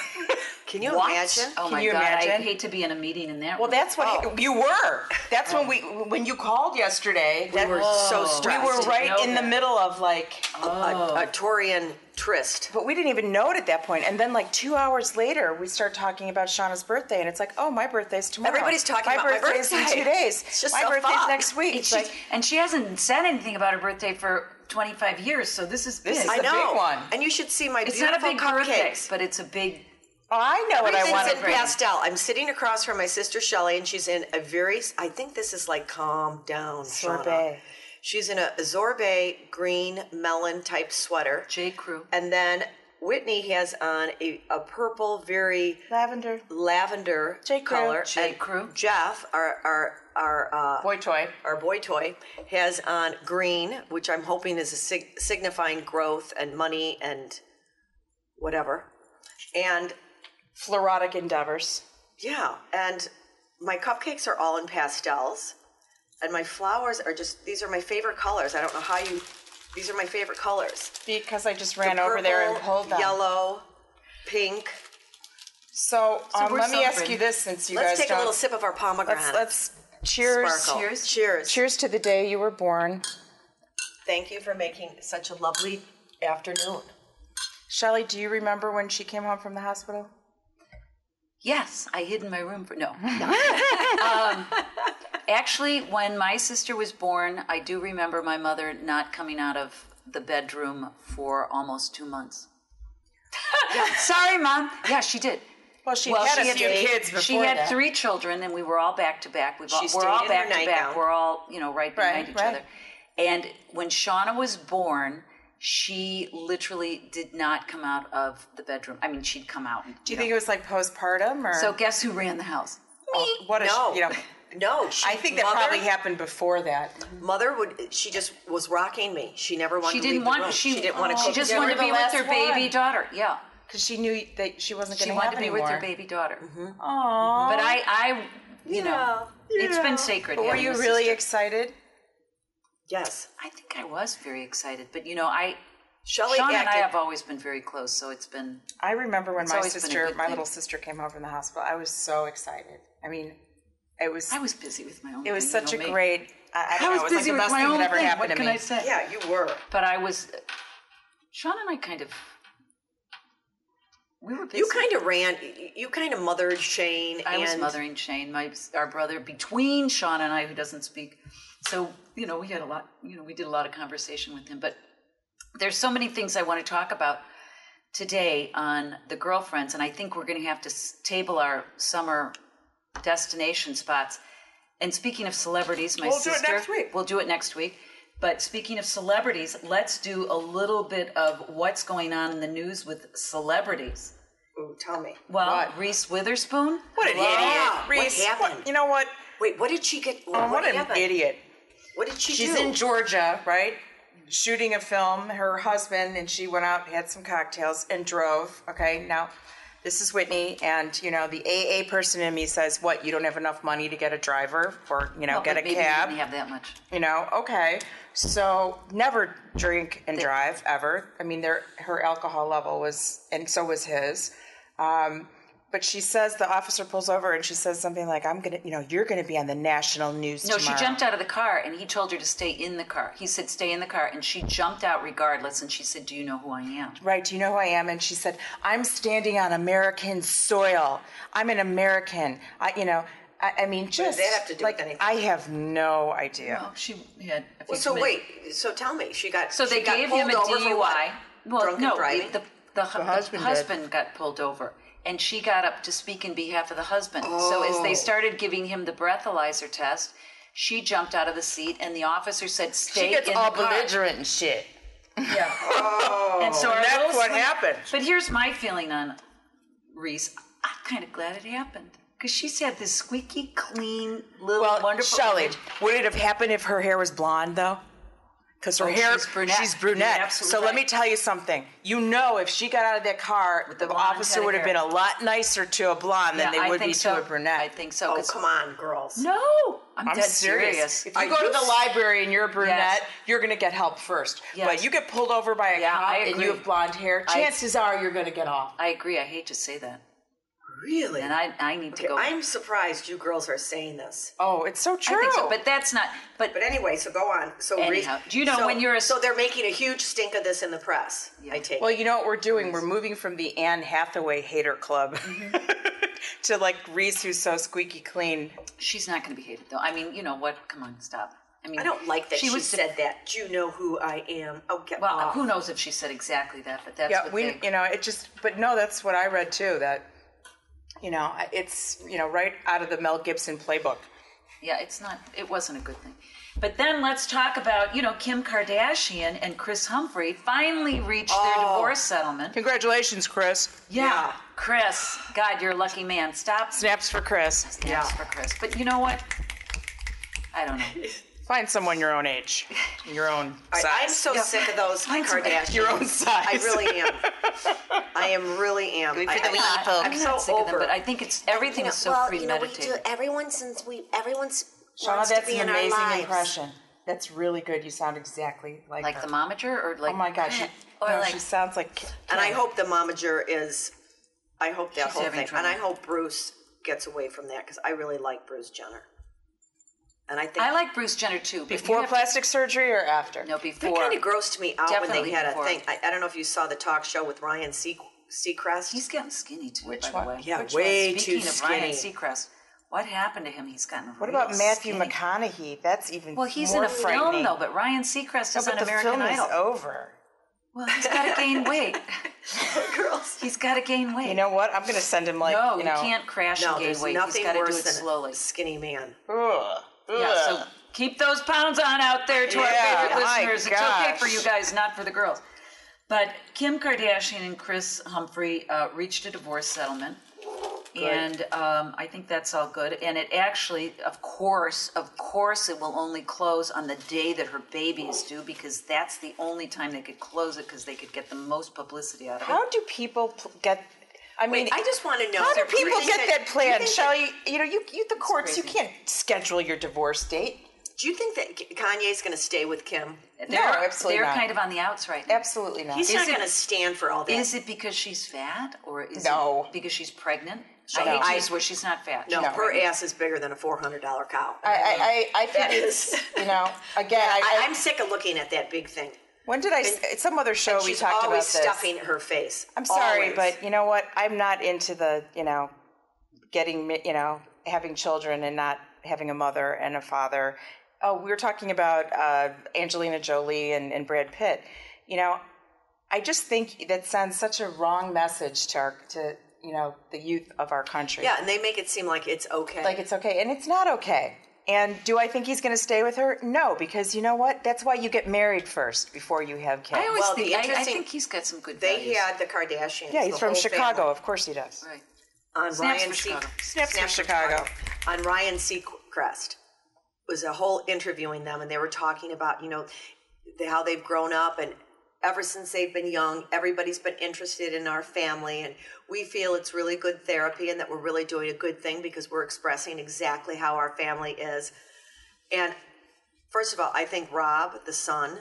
[SPEAKER 5] Can you
[SPEAKER 3] What?
[SPEAKER 5] imagine?
[SPEAKER 3] Oh
[SPEAKER 4] Can
[SPEAKER 3] my
[SPEAKER 4] you
[SPEAKER 3] god! I
[SPEAKER 4] imagine?
[SPEAKER 3] hate to be in a meeting in that.
[SPEAKER 4] well,
[SPEAKER 3] room.
[SPEAKER 4] that's what you were. That's when we when you called yesterday. That,
[SPEAKER 5] we were so
[SPEAKER 4] we
[SPEAKER 5] stressed.
[SPEAKER 4] were right Oh.
[SPEAKER 3] know
[SPEAKER 4] in
[SPEAKER 3] that.
[SPEAKER 4] the middle of like,
[SPEAKER 5] a, a Torian tryst.
[SPEAKER 4] but we didn't even know it at that point. And then like two hours later, we start talking about Shauna's birthday, and it's like, oh, my birthday's tomorrow.
[SPEAKER 5] Everybody's talking
[SPEAKER 4] my
[SPEAKER 5] about my
[SPEAKER 4] birthday's
[SPEAKER 5] birthday.
[SPEAKER 4] in two days.
[SPEAKER 5] It's just
[SPEAKER 4] my
[SPEAKER 5] a
[SPEAKER 4] birthday's
[SPEAKER 5] thought.
[SPEAKER 4] next week.
[SPEAKER 3] And
[SPEAKER 4] It's
[SPEAKER 3] she's-
[SPEAKER 4] like,
[SPEAKER 3] and she hasn't said anything about her birthday for 25 years, so this is big.
[SPEAKER 4] This is
[SPEAKER 5] I
[SPEAKER 4] a big
[SPEAKER 5] know.
[SPEAKER 4] one.
[SPEAKER 5] And you should see my
[SPEAKER 3] it's not a
[SPEAKER 5] beautiful
[SPEAKER 3] big birthday,
[SPEAKER 5] cupcakes.
[SPEAKER 3] but it's a big.
[SPEAKER 4] oh, I know what I
[SPEAKER 5] Everything's
[SPEAKER 4] want to
[SPEAKER 5] in
[SPEAKER 4] bring.
[SPEAKER 5] pastel. I'm sitting across from my sister Shelley, and she's in a very. I think this is like calm down, Shauna.
[SPEAKER 4] Sorbet.
[SPEAKER 5] She's in a sorbet green melon type sweater.
[SPEAKER 3] J. Crew.
[SPEAKER 5] And then Whitney has on a, a purple, very
[SPEAKER 4] Lavender.
[SPEAKER 5] lavender
[SPEAKER 4] J. Crew.
[SPEAKER 5] color.
[SPEAKER 3] J.
[SPEAKER 5] And
[SPEAKER 3] Crew.
[SPEAKER 5] Jeff, our our our uh,
[SPEAKER 4] Boy toy.
[SPEAKER 5] our boy toy has on green, which I'm hoping is a sig- signifying growth and money and whatever. And
[SPEAKER 4] Fluorotic endeavors.
[SPEAKER 5] yeah, and my cupcakes are all in pastels, and my flowers are just these are my favorite colors. I don't know how you. These are my favorite colors.
[SPEAKER 4] Because I just ran over there and
[SPEAKER 5] Purple,
[SPEAKER 4] pulled them.
[SPEAKER 5] yellow, pink.
[SPEAKER 4] So, um,
[SPEAKER 3] we're
[SPEAKER 4] let me ask
[SPEAKER 3] celebrating.
[SPEAKER 4] you this since you
[SPEAKER 5] Let's
[SPEAKER 4] guys
[SPEAKER 5] take
[SPEAKER 4] don't.
[SPEAKER 5] a little sip of our pomegranate.
[SPEAKER 4] let's, let's cheers.
[SPEAKER 5] sparkle.
[SPEAKER 4] Cheers.
[SPEAKER 5] Cheers.
[SPEAKER 4] Cheers to the day you were born.
[SPEAKER 5] Thank you for making such a lovely afternoon.
[SPEAKER 4] Shelley, do you remember when she came home from the hospital?
[SPEAKER 3] Yes, I hid in my room for no. no. um, actually, when my sister was born, I do remember my mother not coming out of the bedroom for almost two months. Sorry, mom. Yeah, she did.
[SPEAKER 4] Well, she
[SPEAKER 3] Well,
[SPEAKER 4] had
[SPEAKER 3] she
[SPEAKER 4] a
[SPEAKER 3] had
[SPEAKER 4] few
[SPEAKER 3] three-
[SPEAKER 4] kids before
[SPEAKER 3] She had
[SPEAKER 4] that.
[SPEAKER 3] three children, and we were all back to back. We've all,
[SPEAKER 5] She
[SPEAKER 3] we're
[SPEAKER 5] stayed
[SPEAKER 3] all
[SPEAKER 5] in her
[SPEAKER 3] back to back.
[SPEAKER 5] nightgown.
[SPEAKER 3] We're all you know right behind
[SPEAKER 4] Right,
[SPEAKER 3] each
[SPEAKER 4] right.
[SPEAKER 3] other. And when Shauna was born, she literally did not come out of the bedroom. I mean, she'd come out. And,
[SPEAKER 4] Do you think it was like postpartum or
[SPEAKER 3] so? Guess who ran the house?
[SPEAKER 4] what? A,
[SPEAKER 5] No,
[SPEAKER 4] you know,
[SPEAKER 5] no. She,
[SPEAKER 4] I think that
[SPEAKER 5] mother,
[SPEAKER 4] probably happened before that.
[SPEAKER 5] Mother would. She just was rocking me. She never wanted.
[SPEAKER 3] She
[SPEAKER 5] to leave
[SPEAKER 3] didn't
[SPEAKER 5] the
[SPEAKER 3] want.
[SPEAKER 5] room.
[SPEAKER 3] She, Oh,
[SPEAKER 5] didn't want to.
[SPEAKER 3] She
[SPEAKER 5] cook
[SPEAKER 3] just
[SPEAKER 5] dinner.
[SPEAKER 3] wanted to be with
[SPEAKER 4] last
[SPEAKER 3] her baby
[SPEAKER 4] one.
[SPEAKER 3] daughter. Yeah,
[SPEAKER 4] Because she knew that she wasn't
[SPEAKER 3] she
[SPEAKER 4] going
[SPEAKER 3] wanted
[SPEAKER 4] have Mm-hmm.
[SPEAKER 3] to be
[SPEAKER 4] anymore.
[SPEAKER 3] with her baby daughter. But I, I, you know, it's been sacred.
[SPEAKER 4] But were
[SPEAKER 3] having
[SPEAKER 4] you
[SPEAKER 3] a
[SPEAKER 4] really
[SPEAKER 3] sister.
[SPEAKER 4] excited?
[SPEAKER 5] Yes,
[SPEAKER 3] I think I was very excited, but you know, I
[SPEAKER 5] Shelley
[SPEAKER 3] Sean and I
[SPEAKER 5] acted-
[SPEAKER 3] have always been very close, so it's been
[SPEAKER 4] I remember when my
[SPEAKER 3] always been a
[SPEAKER 4] sister,
[SPEAKER 3] good
[SPEAKER 4] my
[SPEAKER 3] thing.
[SPEAKER 4] little sister, came home from the hospital. I was so excited. I mean, it was
[SPEAKER 3] I was busy with my own.
[SPEAKER 4] it was
[SPEAKER 3] thing, you
[SPEAKER 4] such a
[SPEAKER 3] know me.
[SPEAKER 4] great. I, I,
[SPEAKER 3] I
[SPEAKER 4] don't
[SPEAKER 3] was
[SPEAKER 4] know, it was
[SPEAKER 3] busy
[SPEAKER 4] like the
[SPEAKER 3] with
[SPEAKER 4] best
[SPEAKER 3] my
[SPEAKER 4] thing
[SPEAKER 3] own
[SPEAKER 4] that ever
[SPEAKER 3] thing.
[SPEAKER 4] happened
[SPEAKER 3] What
[SPEAKER 4] to
[SPEAKER 3] can
[SPEAKER 4] me.
[SPEAKER 3] I say?
[SPEAKER 5] Yeah, you were.
[SPEAKER 3] But I was. Sean and I kind of. We were busy.
[SPEAKER 5] You kind of ran. You kind of mothered Shane.
[SPEAKER 3] I
[SPEAKER 5] and
[SPEAKER 3] was mothering Shane, my our brother between Sean and I, who doesn't speak. So you know, we had a lot. You know, we did a lot of conversation with him. But there's so many things I want to talk about today on the girlfriends, and I think we're going to have to s- table our summer destination spots. And speaking of celebrities, my
[SPEAKER 4] We'll do it
[SPEAKER 3] sister,
[SPEAKER 4] next week.
[SPEAKER 3] we'll do it next week. But speaking of celebrities, let's do a little bit of what's going on in the news with celebrities.
[SPEAKER 5] Ooh, tell me.
[SPEAKER 3] Well,
[SPEAKER 4] What?
[SPEAKER 3] Reese Witherspoon.
[SPEAKER 4] What an
[SPEAKER 5] Wow.
[SPEAKER 4] idiot, Reese.
[SPEAKER 5] What happened?
[SPEAKER 4] you know what?
[SPEAKER 5] Wait, what did she
[SPEAKER 3] Oh,
[SPEAKER 5] get?
[SPEAKER 4] Um, what an
[SPEAKER 5] happened?
[SPEAKER 4] idiot.
[SPEAKER 5] What did she
[SPEAKER 4] She's
[SPEAKER 5] do?
[SPEAKER 4] in Georgia, right? Shooting a film. Her husband and she went out, had some cocktails, and drove. Okay, now This is Whitney, and you know the AA person in me says, "What? You don't have enough money to get a driver for you know
[SPEAKER 3] Well,
[SPEAKER 4] get a
[SPEAKER 3] but maybe you
[SPEAKER 4] cab?
[SPEAKER 3] didn't have that much.
[SPEAKER 4] you know okay so never drink and drive ever i mean their her alcohol level was and so was his um, but she says the officer pulls over and she says something like i'm gonna you know you're gonna be on the national news
[SPEAKER 3] No,
[SPEAKER 4] tomorrow.
[SPEAKER 3] she jumped out of the car and he told her to stay in the car. He said, stay in the car. And she jumped out regardless. And she said, Do you know who I am?
[SPEAKER 4] right do you know who i am and she said i'm standing on american soil i'm an american i you know i, I mean just
[SPEAKER 5] that have to do with
[SPEAKER 4] like
[SPEAKER 5] anything?
[SPEAKER 4] i have no idea
[SPEAKER 3] Oh, she had. a few
[SPEAKER 5] Well, so
[SPEAKER 3] commit-
[SPEAKER 5] wait. So tell me, she got
[SPEAKER 3] So they
[SPEAKER 5] she got
[SPEAKER 3] gave
[SPEAKER 5] pulled
[SPEAKER 3] him a
[SPEAKER 5] over for what?
[SPEAKER 3] DUI. Well,
[SPEAKER 5] Drunken
[SPEAKER 3] no,
[SPEAKER 5] driving?
[SPEAKER 3] the, the, the, hu- the
[SPEAKER 4] husband
[SPEAKER 3] husband,
[SPEAKER 4] did.
[SPEAKER 3] got pulled over, and she got up to speak in behalf of the husband. So as they started giving him the breathalyzer test, she jumped out of the seat, and the officer said, "Stay
[SPEAKER 7] She gets
[SPEAKER 3] in
[SPEAKER 7] all
[SPEAKER 3] the car."
[SPEAKER 7] belligerent and shit.
[SPEAKER 3] Yeah. and so our
[SPEAKER 4] that's
[SPEAKER 3] little
[SPEAKER 4] what
[SPEAKER 3] sweet-
[SPEAKER 4] happened
[SPEAKER 3] But here's my feeling on Reese. I'm kind of glad it happened because she's had this squeaky clean little
[SPEAKER 4] Well,
[SPEAKER 3] wonderful.
[SPEAKER 4] Shelley,
[SPEAKER 3] image.
[SPEAKER 4] would it have happened if her hair was blonde though? Because her
[SPEAKER 3] Oh,
[SPEAKER 4] hair,
[SPEAKER 3] she's brunette.
[SPEAKER 4] She's
[SPEAKER 3] You're
[SPEAKER 4] brunette.
[SPEAKER 3] absolutely
[SPEAKER 4] so let me
[SPEAKER 3] right.
[SPEAKER 4] tell you something. You know, if she got out of that car, the,
[SPEAKER 3] the blonde
[SPEAKER 4] officer
[SPEAKER 3] head
[SPEAKER 4] would have
[SPEAKER 3] hair.
[SPEAKER 4] been a lot nicer to a blonde
[SPEAKER 3] Yeah,
[SPEAKER 4] than they
[SPEAKER 3] I
[SPEAKER 4] would
[SPEAKER 3] think
[SPEAKER 4] be
[SPEAKER 3] so.
[SPEAKER 4] to a brunette.
[SPEAKER 3] I think so.
[SPEAKER 5] Oh
[SPEAKER 3] 'cause-
[SPEAKER 5] come on, girls.
[SPEAKER 3] No, I'm,
[SPEAKER 4] I'm
[SPEAKER 3] dead
[SPEAKER 4] serious.
[SPEAKER 3] serious.
[SPEAKER 4] If you go to the library and you're a brunette,
[SPEAKER 3] Yes.
[SPEAKER 4] you're going to get help first.
[SPEAKER 3] Yes.
[SPEAKER 4] But you get pulled over by a
[SPEAKER 3] Yeah,
[SPEAKER 4] cop
[SPEAKER 3] I
[SPEAKER 4] and you
[SPEAKER 3] agree.
[SPEAKER 4] have blonde hair,
[SPEAKER 3] I-
[SPEAKER 4] chances are you're going to get off.
[SPEAKER 3] I agree. I hate to say that,
[SPEAKER 5] Really?
[SPEAKER 3] and I I need to go.
[SPEAKER 5] I'm surprised you girls are saying this.
[SPEAKER 4] Oh, it's so true.
[SPEAKER 3] I think so, but that's not. But
[SPEAKER 5] But anyway, so go on. So re-
[SPEAKER 3] Anyhow, do you know
[SPEAKER 5] so-
[SPEAKER 3] when you're a-
[SPEAKER 5] so they're making a huge stink of this in the press. I take.
[SPEAKER 4] Well,
[SPEAKER 5] it.
[SPEAKER 4] you know what we're doing? We're moving from the Anne Hathaway hater club
[SPEAKER 3] Mm-hmm.
[SPEAKER 4] to like Reese, who's so squeaky clean.
[SPEAKER 3] she's not going to be hated, though. I mean, you know what? Come on, stop. I mean,
[SPEAKER 5] I don't like that she,
[SPEAKER 3] was
[SPEAKER 5] said that. Do you know who I am? Oh, Okay.
[SPEAKER 3] Well, who knows if she said exactly that? But that's
[SPEAKER 4] Yeah,
[SPEAKER 3] what
[SPEAKER 4] we,
[SPEAKER 3] they,
[SPEAKER 4] you know, it just, but no, that's what I read too. That, you know, I- it's you know right out of the Mel Gibson playbook.
[SPEAKER 3] yeah, it's not. It wasn't a good thing. But then let's talk about you know Kim Kardashian and Chris Humphrey finally reached their divorce settlement.
[SPEAKER 4] Congratulations, Chris.
[SPEAKER 3] Yeah. Chris, God, you're a lucky man. Stop snaps
[SPEAKER 4] Snaps for Chris.
[SPEAKER 3] for Chris. But you know what? I don't know.
[SPEAKER 4] Find someone your own age, your own
[SPEAKER 5] I,
[SPEAKER 4] size.
[SPEAKER 5] I'm so sick of those Kardashians.
[SPEAKER 4] your own size.
[SPEAKER 5] I really am. I am really am. I,
[SPEAKER 3] I'm not- I'm
[SPEAKER 5] I'm
[SPEAKER 3] not
[SPEAKER 5] so
[SPEAKER 3] sick of them,
[SPEAKER 5] over
[SPEAKER 3] but
[SPEAKER 5] it.
[SPEAKER 3] I think it's everything is so
[SPEAKER 8] well, you know, we
[SPEAKER 3] premeditated.
[SPEAKER 8] do. Everyone since we, everyone's
[SPEAKER 4] Shauna,
[SPEAKER 8] wants
[SPEAKER 4] that's
[SPEAKER 8] to be
[SPEAKER 4] an
[SPEAKER 8] in our
[SPEAKER 4] amazing
[SPEAKER 8] lives.
[SPEAKER 4] impression. That's really good. You sound exactly like
[SPEAKER 3] like
[SPEAKER 4] her.
[SPEAKER 3] the momager or like Eh.
[SPEAKER 4] Oh my gosh, she,
[SPEAKER 3] or
[SPEAKER 4] no,
[SPEAKER 3] like
[SPEAKER 4] she sounds like.
[SPEAKER 5] and I hope the momager is. I hope that
[SPEAKER 3] She's
[SPEAKER 5] whole
[SPEAKER 3] having
[SPEAKER 5] thing.
[SPEAKER 3] trouble.
[SPEAKER 5] And I hope Bruce gets away from that because I really like Bruce Jenner. And I think
[SPEAKER 3] I like Bruce Jenner too. but you
[SPEAKER 4] Before
[SPEAKER 3] have to-
[SPEAKER 4] plastic surgery or after?
[SPEAKER 3] no
[SPEAKER 5] That
[SPEAKER 3] before.
[SPEAKER 5] kind of grossed me out when
[SPEAKER 3] Definitely
[SPEAKER 5] they had
[SPEAKER 3] before.
[SPEAKER 5] a thing. I, I don't know if you saw the talk show with Ryan Se- Seacrest.
[SPEAKER 3] He's getting skinny too.
[SPEAKER 4] Which
[SPEAKER 3] by
[SPEAKER 4] one?
[SPEAKER 3] The way.
[SPEAKER 5] Yeah,
[SPEAKER 3] Which
[SPEAKER 5] way
[SPEAKER 3] one?
[SPEAKER 5] too
[SPEAKER 3] Speaking of
[SPEAKER 5] skinny.
[SPEAKER 3] Ryan Seacrest, what happened to him? He's gotten.
[SPEAKER 4] What about Matthew McConaughey? That's even
[SPEAKER 3] Well, he's
[SPEAKER 4] more
[SPEAKER 3] in a film
[SPEAKER 4] frightening.
[SPEAKER 3] though, but Ryan Seacrest
[SPEAKER 4] No,
[SPEAKER 3] is
[SPEAKER 4] but
[SPEAKER 3] on
[SPEAKER 4] the
[SPEAKER 3] American
[SPEAKER 4] film
[SPEAKER 3] Idol.
[SPEAKER 4] is over.
[SPEAKER 3] Well, he's got to gain weight. He's got to gain weight.
[SPEAKER 4] You know what? I'm going to send him like
[SPEAKER 3] no,
[SPEAKER 4] you know.
[SPEAKER 3] can't crash
[SPEAKER 5] no,
[SPEAKER 3] and gain
[SPEAKER 5] there's
[SPEAKER 3] weight. He's
[SPEAKER 5] nothing
[SPEAKER 3] got to do
[SPEAKER 5] worse
[SPEAKER 3] it
[SPEAKER 5] than
[SPEAKER 3] slowly.
[SPEAKER 5] a skinny man.
[SPEAKER 4] Ugh,
[SPEAKER 3] Yeah,
[SPEAKER 4] ugh.
[SPEAKER 3] so keep those pounds on out there to
[SPEAKER 4] Yeah,
[SPEAKER 3] our favorite
[SPEAKER 4] my
[SPEAKER 3] listeners. It's okay
[SPEAKER 4] gosh.
[SPEAKER 3] for you guys, not for the girls. But Kim Kardashian and Chris Humphrey uh, reached a divorce settlement. And um, I think that's all good. And it actually, of course, of course, it will only close on the day that her baby is due because that's the only time they could close it because they could get the most publicity out of it.
[SPEAKER 4] how do people pl- get? I mean,
[SPEAKER 5] I just wanna know-
[SPEAKER 4] How do
[SPEAKER 5] Do you
[SPEAKER 4] people
[SPEAKER 5] think
[SPEAKER 4] get that
[SPEAKER 5] that- do you
[SPEAKER 4] plan,
[SPEAKER 5] think
[SPEAKER 4] Shelley? You know, you, you the courts, you
[SPEAKER 3] crazy.
[SPEAKER 4] can't schedule your divorce date.
[SPEAKER 5] Do you think that K- Kanye's going to stay with Kim?
[SPEAKER 3] They're,
[SPEAKER 4] absolutely
[SPEAKER 3] They're
[SPEAKER 4] not.
[SPEAKER 3] kind of on the outs right now.
[SPEAKER 4] Absolutely not.
[SPEAKER 5] He's
[SPEAKER 3] Is
[SPEAKER 5] not
[SPEAKER 3] it-
[SPEAKER 5] going to stand for all that.
[SPEAKER 3] Is it because she's fat, or is
[SPEAKER 4] No.
[SPEAKER 3] it because she's pregnant?
[SPEAKER 5] Shut
[SPEAKER 3] I
[SPEAKER 5] up.
[SPEAKER 3] hate to
[SPEAKER 5] I-
[SPEAKER 3] use where she's not fat.
[SPEAKER 5] no,
[SPEAKER 3] She's
[SPEAKER 5] her
[SPEAKER 3] pregnant.
[SPEAKER 5] ass is bigger than a four hundred dollar cow.
[SPEAKER 4] I, I, I, I think
[SPEAKER 5] That
[SPEAKER 4] it's
[SPEAKER 5] is-
[SPEAKER 4] you know again.
[SPEAKER 5] I,
[SPEAKER 4] I,
[SPEAKER 5] am
[SPEAKER 4] I,
[SPEAKER 5] sick of looking at that big thing.
[SPEAKER 4] when did I? s-
[SPEAKER 5] and-
[SPEAKER 4] Some other show we
[SPEAKER 5] She's
[SPEAKER 4] talked about
[SPEAKER 5] always
[SPEAKER 4] this.
[SPEAKER 5] stuffing her face.
[SPEAKER 4] I'm sorry,
[SPEAKER 5] Always.
[SPEAKER 4] but you know what? I'm not into the, you know, getting, mi- you know, having children and not having a mother and a father. Oh, we were talking about uh, Angelina Jolie and, and Brad Pitt. You know, I just think that sends such a wrong message to our, to you know the youth of our country.
[SPEAKER 5] yeah, and they make it seem like it's okay.
[SPEAKER 4] like it's okay, and it's not okay. And do I think he's going to stay with her? No, because you know what? That's why you get married first before you have kids.
[SPEAKER 3] I always
[SPEAKER 5] Well, the
[SPEAKER 3] think I, I
[SPEAKER 5] interesting-
[SPEAKER 3] think he's got some good.
[SPEAKER 5] they
[SPEAKER 3] values.
[SPEAKER 5] had the Kardashians.
[SPEAKER 4] yeah,
[SPEAKER 5] the
[SPEAKER 4] he's from
[SPEAKER 5] whole
[SPEAKER 4] Chicago.
[SPEAKER 5] family,
[SPEAKER 4] Of course he does.
[SPEAKER 3] Right.
[SPEAKER 5] on
[SPEAKER 3] Snaps
[SPEAKER 5] Ryan
[SPEAKER 3] for
[SPEAKER 5] Se-
[SPEAKER 3] Chicago.
[SPEAKER 4] Snaps for
[SPEAKER 5] for
[SPEAKER 4] Chicago.
[SPEAKER 5] on Ryan Seacrest was a whole interviewing them, and they were talking about you know the, how they've grown up and ever since they've been young, everybody's been interested in our family, and we feel it's really good therapy and that we're really doing a good thing because we're expressing exactly how our family is. And first of all, I think Rob, the son,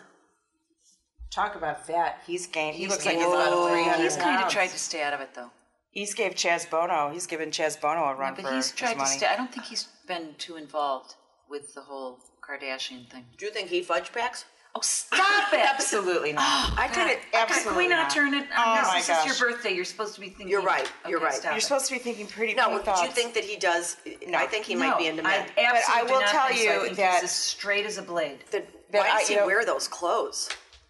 [SPEAKER 4] Talk about that. He's gained. He
[SPEAKER 5] He's
[SPEAKER 4] looks like he's
[SPEAKER 5] gained a
[SPEAKER 4] about
[SPEAKER 5] lot.
[SPEAKER 4] three hundred.
[SPEAKER 3] He's kind of tried to stay out of it, though.
[SPEAKER 4] He's gave Chaz Bono. He's given Chaz Bono a run
[SPEAKER 3] But
[SPEAKER 4] for
[SPEAKER 3] he's tried
[SPEAKER 4] his
[SPEAKER 3] to
[SPEAKER 4] money.
[SPEAKER 3] stay. I don't think he's been too involved with the whole Kardashian thing.
[SPEAKER 5] do you think he fudge packs?
[SPEAKER 3] Oh, stop it!
[SPEAKER 4] Absolutely not.
[SPEAKER 5] I did it.
[SPEAKER 3] Can we
[SPEAKER 4] Absolutely
[SPEAKER 3] not
[SPEAKER 4] not.
[SPEAKER 3] turn it?
[SPEAKER 4] Oh
[SPEAKER 3] on? this
[SPEAKER 4] my
[SPEAKER 3] this
[SPEAKER 4] gosh.
[SPEAKER 3] is your birthday. You're supposed to be thinking.
[SPEAKER 5] You're right. You're
[SPEAKER 3] Okay,
[SPEAKER 5] right.
[SPEAKER 3] stop
[SPEAKER 4] You're
[SPEAKER 3] it.
[SPEAKER 4] supposed to be thinking pretty
[SPEAKER 5] No,
[SPEAKER 4] pink
[SPEAKER 5] but do you
[SPEAKER 4] thoughts.
[SPEAKER 5] think that he does? I think he
[SPEAKER 3] No,
[SPEAKER 5] might be into
[SPEAKER 3] I
[SPEAKER 5] men.
[SPEAKER 3] absolutely
[SPEAKER 4] But I
[SPEAKER 3] do
[SPEAKER 4] will
[SPEAKER 3] not
[SPEAKER 4] tell
[SPEAKER 3] think so.
[SPEAKER 4] you
[SPEAKER 3] I think
[SPEAKER 4] that-
[SPEAKER 3] he's as straight as a blade.
[SPEAKER 5] That-
[SPEAKER 4] that
[SPEAKER 5] why
[SPEAKER 4] I-
[SPEAKER 5] does he
[SPEAKER 4] you know-
[SPEAKER 5] wear those clothes?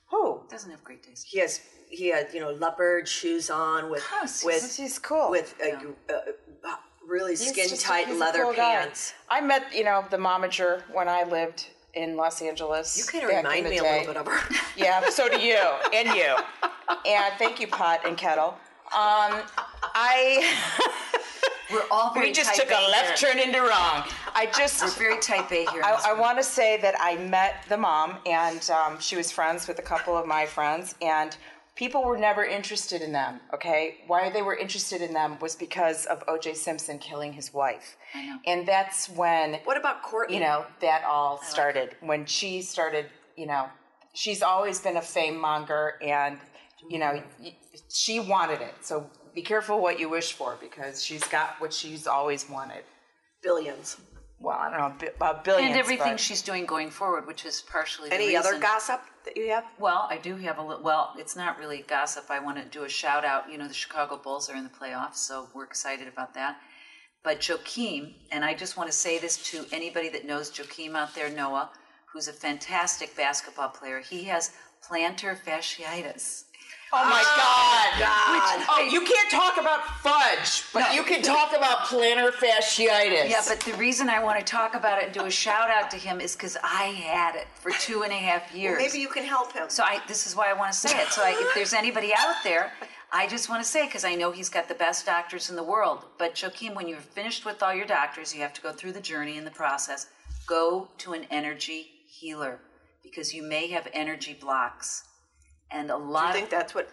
[SPEAKER 4] Who?
[SPEAKER 3] Doesn't have great taste.
[SPEAKER 5] He has he had you know leopard shoes on with
[SPEAKER 3] course,
[SPEAKER 5] with
[SPEAKER 4] He's cool.
[SPEAKER 5] with uh, uh, really
[SPEAKER 4] He's
[SPEAKER 5] skin
[SPEAKER 4] just a-
[SPEAKER 5] tight
[SPEAKER 4] he's a
[SPEAKER 5] leather
[SPEAKER 4] cool guy.
[SPEAKER 5] pants.
[SPEAKER 4] I met you know the momager when I lived in Los Angeles.
[SPEAKER 5] You kind of
[SPEAKER 4] back in
[SPEAKER 5] remind
[SPEAKER 4] the
[SPEAKER 5] me a
[SPEAKER 4] day.
[SPEAKER 5] little bit of her.
[SPEAKER 4] Yeah, so do you, and you, and thank you, pot and kettle. Um, I
[SPEAKER 3] We're all very
[SPEAKER 4] we just
[SPEAKER 3] type
[SPEAKER 4] took a
[SPEAKER 3] A
[SPEAKER 4] left
[SPEAKER 3] here.
[SPEAKER 4] turn into wrong. I just
[SPEAKER 3] We're very type A here.
[SPEAKER 4] I, I want to say that I met the mom, and um, she was friends with a couple of my friends, and people were never interested in them. Okay, why they were interested in them was because of O.J. Simpson killing his wife, and that's when
[SPEAKER 5] What about Courtney?
[SPEAKER 4] you know that all started when she started. You know, she's always been a fame monger, and you know y- she wanted it. So be careful what you wish for because she's got what she's always wanted.
[SPEAKER 5] billions.
[SPEAKER 4] Well, I don't know bi- about billions.
[SPEAKER 3] and everything
[SPEAKER 4] but-
[SPEAKER 3] she's doing going forward, which is partially the
[SPEAKER 5] Any other
[SPEAKER 3] reason-
[SPEAKER 5] gossip that you have?
[SPEAKER 3] Well, I do have a little. Well, it's not really gossip. I want to do a shout out. You know, the Chicago Bulls are in the playoffs, so we're excited about that. But Joakim, and I just want to say this to anybody that knows Joakim out there, Noah, who's a fantastic basketball player. He has plantar fasciitis.
[SPEAKER 4] Oh my god! Oh, you can't talk about fudge, but you can talk about plantar fasciitis.
[SPEAKER 3] Yeah, but the reason I want to talk about it and do a shout out to him is because I had it for two and a half years.
[SPEAKER 5] Maybe you can help him.
[SPEAKER 3] So I, this is why I want to say it. So I, if there's anybody out there, I just want to say because I know he's got the best doctors in the world. But Joaquin, when you're finished with all your doctors, you have to go through the journey and the process. Go to an energy healer because you may have energy blocks, and a
[SPEAKER 5] Do you
[SPEAKER 3] lot.
[SPEAKER 5] think
[SPEAKER 3] of
[SPEAKER 5] that's what?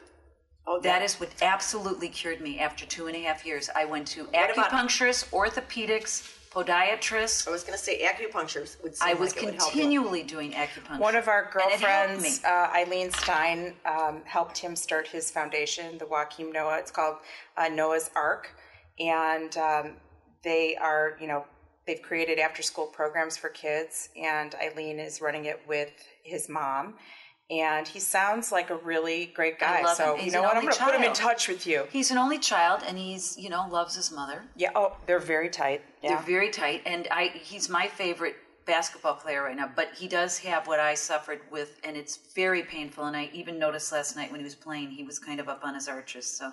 [SPEAKER 5] Oh,
[SPEAKER 3] that is what absolutely cured me after two and a half years. I went to
[SPEAKER 5] about-
[SPEAKER 3] acupuncturist, orthopedics, podiatrist.
[SPEAKER 5] I was going to say acupunctures would. Seem
[SPEAKER 3] I was
[SPEAKER 5] like it would help him.
[SPEAKER 3] continually doing acupuncture.
[SPEAKER 4] One of our
[SPEAKER 3] and it helped
[SPEAKER 4] girlfriends,
[SPEAKER 3] me.
[SPEAKER 4] uh, Eileen Stein, um, helped him start his foundation, the Joachim Noah. It's called uh, Noah's Ark, and um, they are, you know, they've created after-school programs for kids, and Eileen is running it with his mom. And he sounds like a really great guy.
[SPEAKER 3] love
[SPEAKER 4] so
[SPEAKER 3] him.
[SPEAKER 4] you
[SPEAKER 3] He's
[SPEAKER 4] know
[SPEAKER 3] an
[SPEAKER 4] what? I'm
[SPEAKER 3] only
[SPEAKER 4] going to put him
[SPEAKER 3] child.
[SPEAKER 4] in touch with you.
[SPEAKER 3] He's an only child, and he's you know loves his mother.
[SPEAKER 4] Yeah. Oh, they're very tight. Yeah.
[SPEAKER 3] They're very tight, and I he's my favorite basketball player right now. But he does have what I suffered with, and it's very painful. And I even noticed last night when he was playing, he was kind of up on his arches. So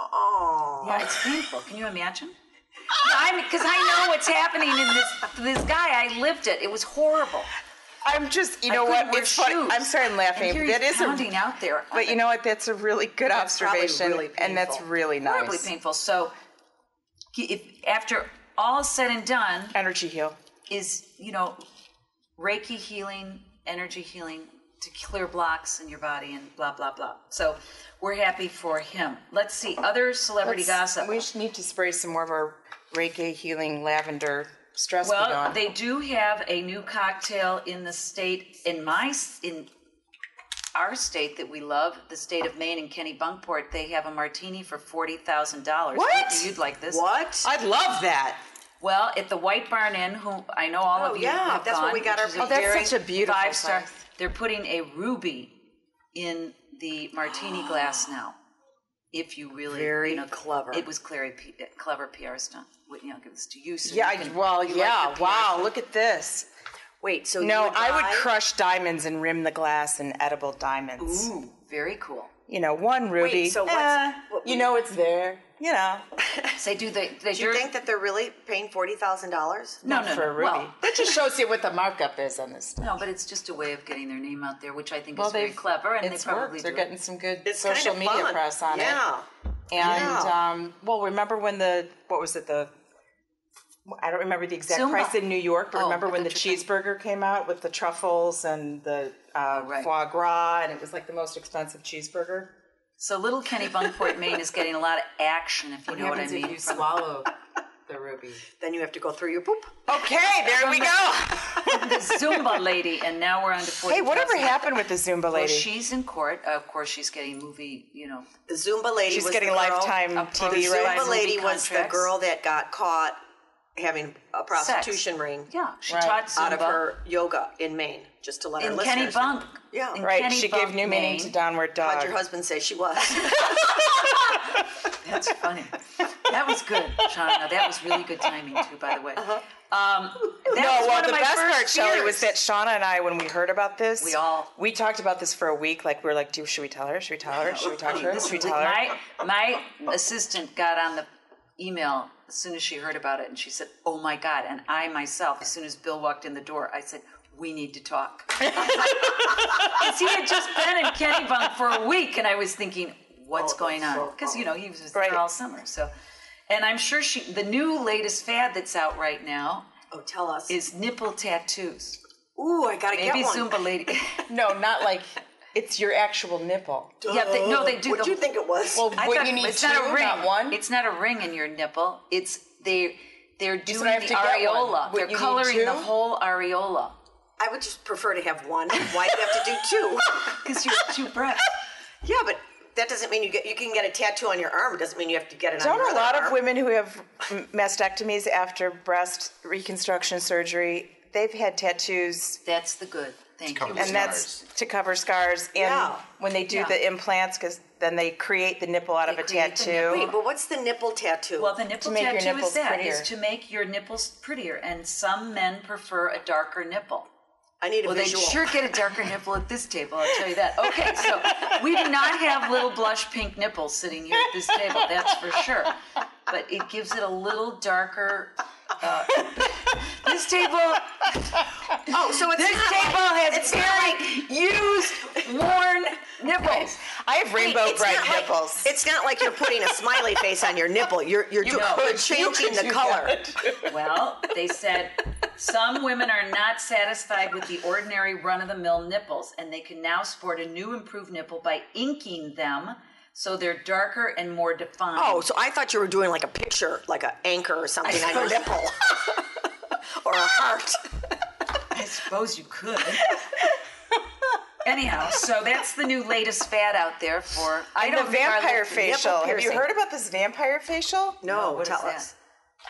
[SPEAKER 3] yeah, it's painful. Can you imagine? I'm because I know what's happening in this this guy. I lived it. It was horrible.
[SPEAKER 4] I'm just, you
[SPEAKER 3] I
[SPEAKER 4] know
[SPEAKER 3] couldn't
[SPEAKER 4] what?
[SPEAKER 3] wear
[SPEAKER 4] It's funny.
[SPEAKER 3] shoes.
[SPEAKER 4] I'm sorry, I'm laughing.
[SPEAKER 3] And here
[SPEAKER 4] that
[SPEAKER 3] he's
[SPEAKER 4] is
[SPEAKER 3] pounding
[SPEAKER 4] a,
[SPEAKER 3] out there.
[SPEAKER 4] but you know what? That's a really good
[SPEAKER 5] That's probably
[SPEAKER 4] observation,
[SPEAKER 5] really
[SPEAKER 4] and that's
[SPEAKER 5] painful.
[SPEAKER 4] really nice.
[SPEAKER 3] horribly painful. So he- if after all is said and done,
[SPEAKER 4] Energy heal.
[SPEAKER 3] is you know reiki healing energy healing to clear blocks in your body and blah blah blah so we're happy for him let's see other celebrity gossip
[SPEAKER 4] We should need to spray some more of our Reiki healing lavender stress
[SPEAKER 3] well
[SPEAKER 4] beyond.
[SPEAKER 3] they do have a new cocktail in the state in my s- in our state that we love the state of maine and kenny bunkport they have a martini for $40000
[SPEAKER 4] What?
[SPEAKER 3] you'd like this
[SPEAKER 5] What?
[SPEAKER 4] I'd love that.
[SPEAKER 3] Well, at the White Barn Inn, who I know all
[SPEAKER 5] Oh,
[SPEAKER 3] of you
[SPEAKER 5] yeah,
[SPEAKER 3] have
[SPEAKER 5] that's where
[SPEAKER 3] gone,
[SPEAKER 5] we got
[SPEAKER 3] which
[SPEAKER 5] our
[SPEAKER 3] is
[SPEAKER 5] Oh,
[SPEAKER 4] that's
[SPEAKER 3] very
[SPEAKER 4] such a beautiful
[SPEAKER 3] five star.
[SPEAKER 4] place.
[SPEAKER 3] They're putting a ruby in the martini glass now. If you really
[SPEAKER 5] Very
[SPEAKER 3] you know,
[SPEAKER 5] clever.
[SPEAKER 3] it was clever, P- uh, clever PR stunt. Whitney, I'll give this to you. So
[SPEAKER 4] Yeah.
[SPEAKER 3] you
[SPEAKER 4] I,
[SPEAKER 3] can-
[SPEAKER 4] well,
[SPEAKER 3] you like
[SPEAKER 4] yeah.
[SPEAKER 3] the PR
[SPEAKER 4] wow.
[SPEAKER 3] stunt.
[SPEAKER 4] Look at this.
[SPEAKER 5] Wait. So
[SPEAKER 4] No,
[SPEAKER 5] you would
[SPEAKER 4] I would
[SPEAKER 5] buy-
[SPEAKER 4] crush diamonds and rim the glass in edible diamonds.
[SPEAKER 3] Ooh, very cool.
[SPEAKER 4] You know, one ruby.
[SPEAKER 5] so what's-
[SPEAKER 4] eh,
[SPEAKER 5] what-
[SPEAKER 4] you know, it's there. You know,
[SPEAKER 3] So they do the. They
[SPEAKER 5] Do you think that they're really paying forty thousand dollars?
[SPEAKER 3] no, no,
[SPEAKER 4] for
[SPEAKER 3] no.
[SPEAKER 4] a ruby.
[SPEAKER 3] Well,
[SPEAKER 4] that just shows you what the markup is on this.
[SPEAKER 3] no, but it's just a way of getting their name out there, which I think
[SPEAKER 4] Well,
[SPEAKER 3] is very
[SPEAKER 4] they've-
[SPEAKER 3] clever, and
[SPEAKER 4] it's
[SPEAKER 3] they probably
[SPEAKER 4] worked. They're
[SPEAKER 3] do it.
[SPEAKER 4] getting some good social media press on
[SPEAKER 5] yeah.
[SPEAKER 4] it. And
[SPEAKER 5] Yeah.
[SPEAKER 4] um, well, remember when the what was it the I don't remember the exact
[SPEAKER 3] Zumba.
[SPEAKER 4] price in New York, but
[SPEAKER 3] Oh,
[SPEAKER 4] remember
[SPEAKER 3] I
[SPEAKER 4] when the
[SPEAKER 3] thought you were
[SPEAKER 4] cheeseburger came out with the truffles and the uh,
[SPEAKER 3] Oh, right.
[SPEAKER 4] foie gras, and it was like the most expensive cheeseburger.
[SPEAKER 3] So little Kenny Bunkport, Maine is getting a lot of action, if you know what I mean. from-
[SPEAKER 7] swallow the ruby?
[SPEAKER 5] Then you have to go through your poop.
[SPEAKER 4] Okay, there we go.
[SPEAKER 3] the Zumba lady, and now we're on to 40
[SPEAKER 4] Hey, whatever
[SPEAKER 3] thousand.
[SPEAKER 4] happened with the Zumba
[SPEAKER 3] Well,
[SPEAKER 4] lady?
[SPEAKER 3] she's in court. Of course, she's getting movie, you know,
[SPEAKER 5] The Zumba lady.
[SPEAKER 4] She's
[SPEAKER 5] was
[SPEAKER 4] getting
[SPEAKER 5] the girl-
[SPEAKER 4] lifetime
[SPEAKER 3] up for
[SPEAKER 4] TV
[SPEAKER 3] Zumba
[SPEAKER 5] The
[SPEAKER 3] by
[SPEAKER 5] Zumba
[SPEAKER 4] rights.
[SPEAKER 3] movie
[SPEAKER 5] lady was the
[SPEAKER 3] contracts.
[SPEAKER 5] girl that got caught having a prostitution ring.
[SPEAKER 3] yeah, she
[SPEAKER 4] Right.
[SPEAKER 3] taught Zumba.
[SPEAKER 5] Out of her yoga in Maine, just to let
[SPEAKER 3] in
[SPEAKER 5] our
[SPEAKER 3] Kenny
[SPEAKER 5] listeners. know.
[SPEAKER 3] Bunk.
[SPEAKER 5] Yeah.
[SPEAKER 3] In
[SPEAKER 5] Right.
[SPEAKER 4] Right,
[SPEAKER 3] Kenny
[SPEAKER 4] she
[SPEAKER 3] Bunk,
[SPEAKER 4] gave new meaning to
[SPEAKER 3] Maine.
[SPEAKER 4] downward
[SPEAKER 5] How'd
[SPEAKER 4] dog.
[SPEAKER 5] your husband say she was?
[SPEAKER 3] That's funny. That was good, Shauna. That was really good timing too, by the way.
[SPEAKER 4] Uh-huh.
[SPEAKER 3] Um, that
[SPEAKER 4] No,
[SPEAKER 3] was
[SPEAKER 4] Oh, well,
[SPEAKER 3] one of
[SPEAKER 4] the
[SPEAKER 3] my
[SPEAKER 4] best
[SPEAKER 3] first
[SPEAKER 4] part, Shelley, was that
[SPEAKER 3] fears.
[SPEAKER 4] Shauna and I, when we heard about this,
[SPEAKER 3] We all-
[SPEAKER 4] we talked about this for a week. Like we were like, "Do should we tell her? Should we tell her? Should we talk to her? Should we tell her?"
[SPEAKER 3] my my assistant got on the email as soon as she heard about it, and she said, "Oh my god!" And I myself, as soon as Bill walked in the door, I said. We need to talk. Because he had just been in Kennebunk for a week, and I was thinking,
[SPEAKER 5] Oh,
[SPEAKER 3] what's going on? Because, you know, he was
[SPEAKER 4] Right.
[SPEAKER 3] there all summer. So, And I'm sure she, the new latest fad that's out right now
[SPEAKER 5] oh, tell us.
[SPEAKER 3] is nipple tattoos.
[SPEAKER 5] Ooh, I gotta
[SPEAKER 3] Maybe
[SPEAKER 5] get one.
[SPEAKER 3] Zumba lady.
[SPEAKER 4] No, not like it's your actual nipple.
[SPEAKER 3] yeah, they, no, they do.
[SPEAKER 5] What
[SPEAKER 3] the,
[SPEAKER 5] do you think it was?
[SPEAKER 4] Well,
[SPEAKER 3] I
[SPEAKER 4] what
[SPEAKER 3] thought
[SPEAKER 4] you need
[SPEAKER 3] it's
[SPEAKER 4] two,
[SPEAKER 3] not a ring.
[SPEAKER 4] not one.
[SPEAKER 3] It's not a ring in your nipple. It's they. They're doing
[SPEAKER 4] said I have
[SPEAKER 3] the
[SPEAKER 4] to get one.
[SPEAKER 3] areola.
[SPEAKER 4] What,
[SPEAKER 3] They're
[SPEAKER 4] you need
[SPEAKER 3] coloring
[SPEAKER 4] two?
[SPEAKER 3] the whole areola
[SPEAKER 5] I would just prefer to have one. Why do you have to do two?
[SPEAKER 3] because you're two breasts.
[SPEAKER 5] yeah, but that doesn't mean you get. You can get a tattoo on your arm. It doesn't mean you have to get it on your
[SPEAKER 4] Don't a
[SPEAKER 5] other
[SPEAKER 4] lot of
[SPEAKER 5] arm.
[SPEAKER 4] women who have m- mastectomies after breast reconstruction surgery, they've had tattoos,
[SPEAKER 3] That's the good. Thank you.
[SPEAKER 6] covered
[SPEAKER 4] and that's to cover scars. And
[SPEAKER 5] Yeah.
[SPEAKER 4] when they do
[SPEAKER 3] Yeah.
[SPEAKER 4] the implants, because then they create the nipple out of
[SPEAKER 3] They
[SPEAKER 4] a
[SPEAKER 3] create the nipple.
[SPEAKER 4] tattoo.
[SPEAKER 5] Wait, but what's the nipple tattoo?
[SPEAKER 3] Well, the nipple
[SPEAKER 4] make your
[SPEAKER 3] tattoo is
[SPEAKER 4] nipples
[SPEAKER 3] that is
[SPEAKER 4] prettier.
[SPEAKER 3] to make your nipples prettier, and some men prefer a darker nipple.
[SPEAKER 5] I need a
[SPEAKER 3] Well, they
[SPEAKER 5] visual.
[SPEAKER 3] sure get a darker nipple at this table. I'll tell you that. Okay, so we do not have little blush pink nipples sitting here at this table. That's for sure. But it gives it a little darker. Uh, this table,
[SPEAKER 5] oh, so it's
[SPEAKER 3] this
[SPEAKER 5] not
[SPEAKER 3] table
[SPEAKER 5] like,
[SPEAKER 3] has
[SPEAKER 5] it's not
[SPEAKER 3] very used,
[SPEAKER 5] like
[SPEAKER 3] worn nipples.
[SPEAKER 4] I have
[SPEAKER 5] Wait,
[SPEAKER 4] rainbow
[SPEAKER 5] it's
[SPEAKER 4] bright
[SPEAKER 5] not like-
[SPEAKER 4] nipples.
[SPEAKER 5] it's not like you're putting a smiley face on your nipple. You're you're, do-
[SPEAKER 3] could-
[SPEAKER 5] you're
[SPEAKER 3] you
[SPEAKER 5] changing the color.
[SPEAKER 3] Well, they said some women are not satisfied with the ordinary run of the mill nipples, and they can now sport a new improved nipple by inking them so they're darker and more defined.
[SPEAKER 5] Oh, so I thought you were doing like a picture, like an anchor or something on your nipple, or a heart.
[SPEAKER 3] I suppose you could. Anyhow, so that's the new latest fad out there for I
[SPEAKER 4] The
[SPEAKER 3] don't think our
[SPEAKER 4] vampire
[SPEAKER 3] listeners-
[SPEAKER 4] facial. Have you
[SPEAKER 5] piercing.
[SPEAKER 4] heard about this vampire facial?
[SPEAKER 5] No,
[SPEAKER 3] what is
[SPEAKER 5] tell
[SPEAKER 3] that?
[SPEAKER 5] us.